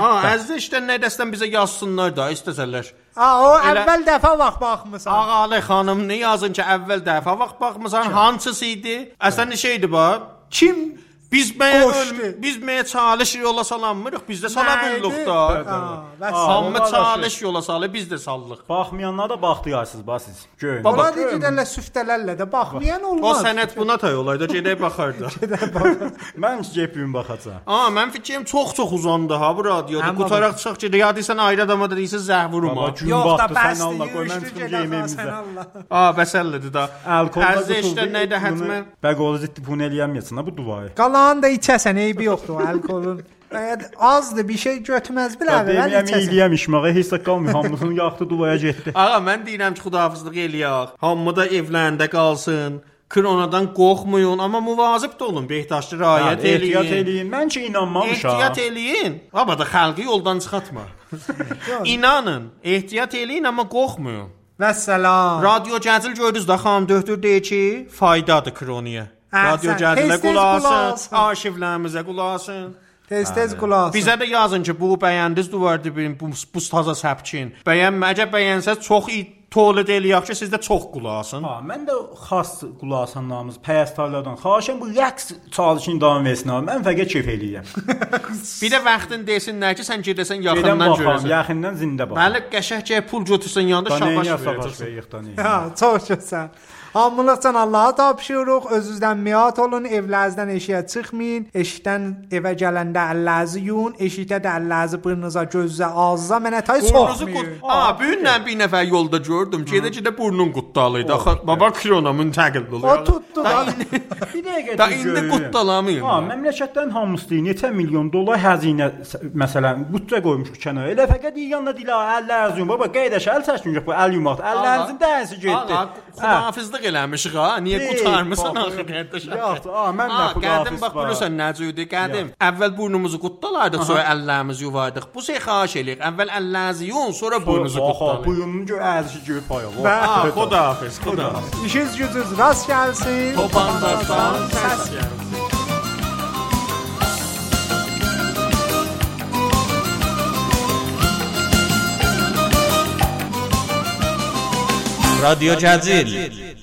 Ha, əziz eşidənlər dəstən bizə yazsınlar da, istəsələr. Ha, o Elə- əvvəl dəfə vaxt baxmısan. Ağalı xanım, nə yazın ki, əvvəl dəfə vaxt baxmısan, hansısı idi? Əslən şeydi ba? Kim Biz məyə Qoşdu. ölm- biz məyə çalış yola salanmırıq, biz də sala bildik da. Ha, Hə, bəs Aa, Hamı vallahi çalış yola salı, biz də sallıq. Baxmayanlara da baxdıyarsınız bax siz. Görün. Ona deyirlər süftələrlə də baxmayan O olmaz. sənət buna tay olaydı, gedək baxardı. Mən gəpim baxacağam. A, mən fikrim çox-çox uzandı ha bu radioda. Amma Qutaraq çıxaq ki, yadırsan ayrı adama deyirsən zəhvuruma. Baba, gün Yox da vaxtı bəs sən Allah qoy mən çıxım yeməyimizə. A, bəsəllədi da. Alkolda Əziz eşidənlər də hətmə Bəqolu ciddi bunu eləyəməyəsən ha bu duayı. Qalan da içəsən, eybi yoxdur alkolun. Bəyət azdır, bir şey götməz bilə bilər Deməyəm içəsən. eləyəm işmağa heç də qalmır. Hamısını [laughs] yaxdı duaya getdi. Ağa mən deyirəm ki, xudahafizlik eləyək. Hamı da evlərində qalsın. Kronadan qorxmayın, amma müvazib də olun, behdaşlı riayət Yəni, ehtiyat eləyin. eləyin. Mən ki inanmamışam. Ehtiyat eləyin. Amma da xalqı yoldan [laughs] çıxatma. İnanın, ehtiyat eləyin, amma qorxmayın. Və salam. Radyo Cəzil gördünüz də xanım döktür deyir ki, faydadır kroniyə. Əhsən, Radyo tez-tez Cəzilə qulaq qulaq asın, asın. arşivlərimizə qulaq asın. Tez tez qulaq asın. Bizə də yazın ki, bu bəyəndiniz duvar dibin, bu, bu taza səpkin. Bəyənmə, əgər bəyənsəz çox i- tolid eləyək ki, siz də çox qulaq asın. Ha, mən də xas qulaq asanlarımız, pərəstarlardan xahişim bu rəqs çalışını davam etsin. ha. Mən fəqət kef eləyirəm. Bir də vaxtın desinlər ki, sən gedəsən Gedən yaxından baxam, görəsən. yaxından zində bax. Bəli, qəşəng gəl pul götürsən yanında Da şabaş nəyə savaş verəcəksən. [laughs] veririk da nəyə? Ha, çox gözəl. Hamınızdan Allah'a tapşırırıq. Özünüzdən miat olun, evlərinizdən eşiyə çıxmayın. Eşikdən evə gələndə əllərinizi yuyun, eşikdə də əllərinizi burnunuza, gözünüzə, ağzınıza mənətay Burnunuzu soxmayın. qut. A, bu gündən bir nəfər yolda gördüm. Gedə-gedə burnun qutdalıydı. Axı baba krona müntəqil oldu. O tutdu da. [laughs] Bir dəqiqə. Da indi qutdalamayım. Ha, memləkətdən hamısı deyir, neçə milyon dollar xəzinə s- məsələn büdcə qoymuşuq kənara. Elə fəqət yanına dilə əllər əziyum. Baba qeydə şəl çəkin yox bu əl yumaq. Əllərinizin dəyəsi getdi. Ha, Xudahafizlik eləmişik ha. Niyə Ey, qutarmısan bax, axı qardaş? yox, ha, mən də Ha, xudahafiz Qədim bax var. bilirsən necə idi? Qədim. Əvvəl burnumuzu qutdalardıq, sonra əllərimizi yuvardıq. Bu şey xahiş eləyir. Əvvəl əllərinizi yuyun, sonra burnunuzu bu qutdalayın. yunun gör əzişi görüb ayaq. Və Ha, xudahafiz, xudahafiz. işiniz gücünüz rast gəlsin. Topan dastan səs gəlir. Radio Cazil.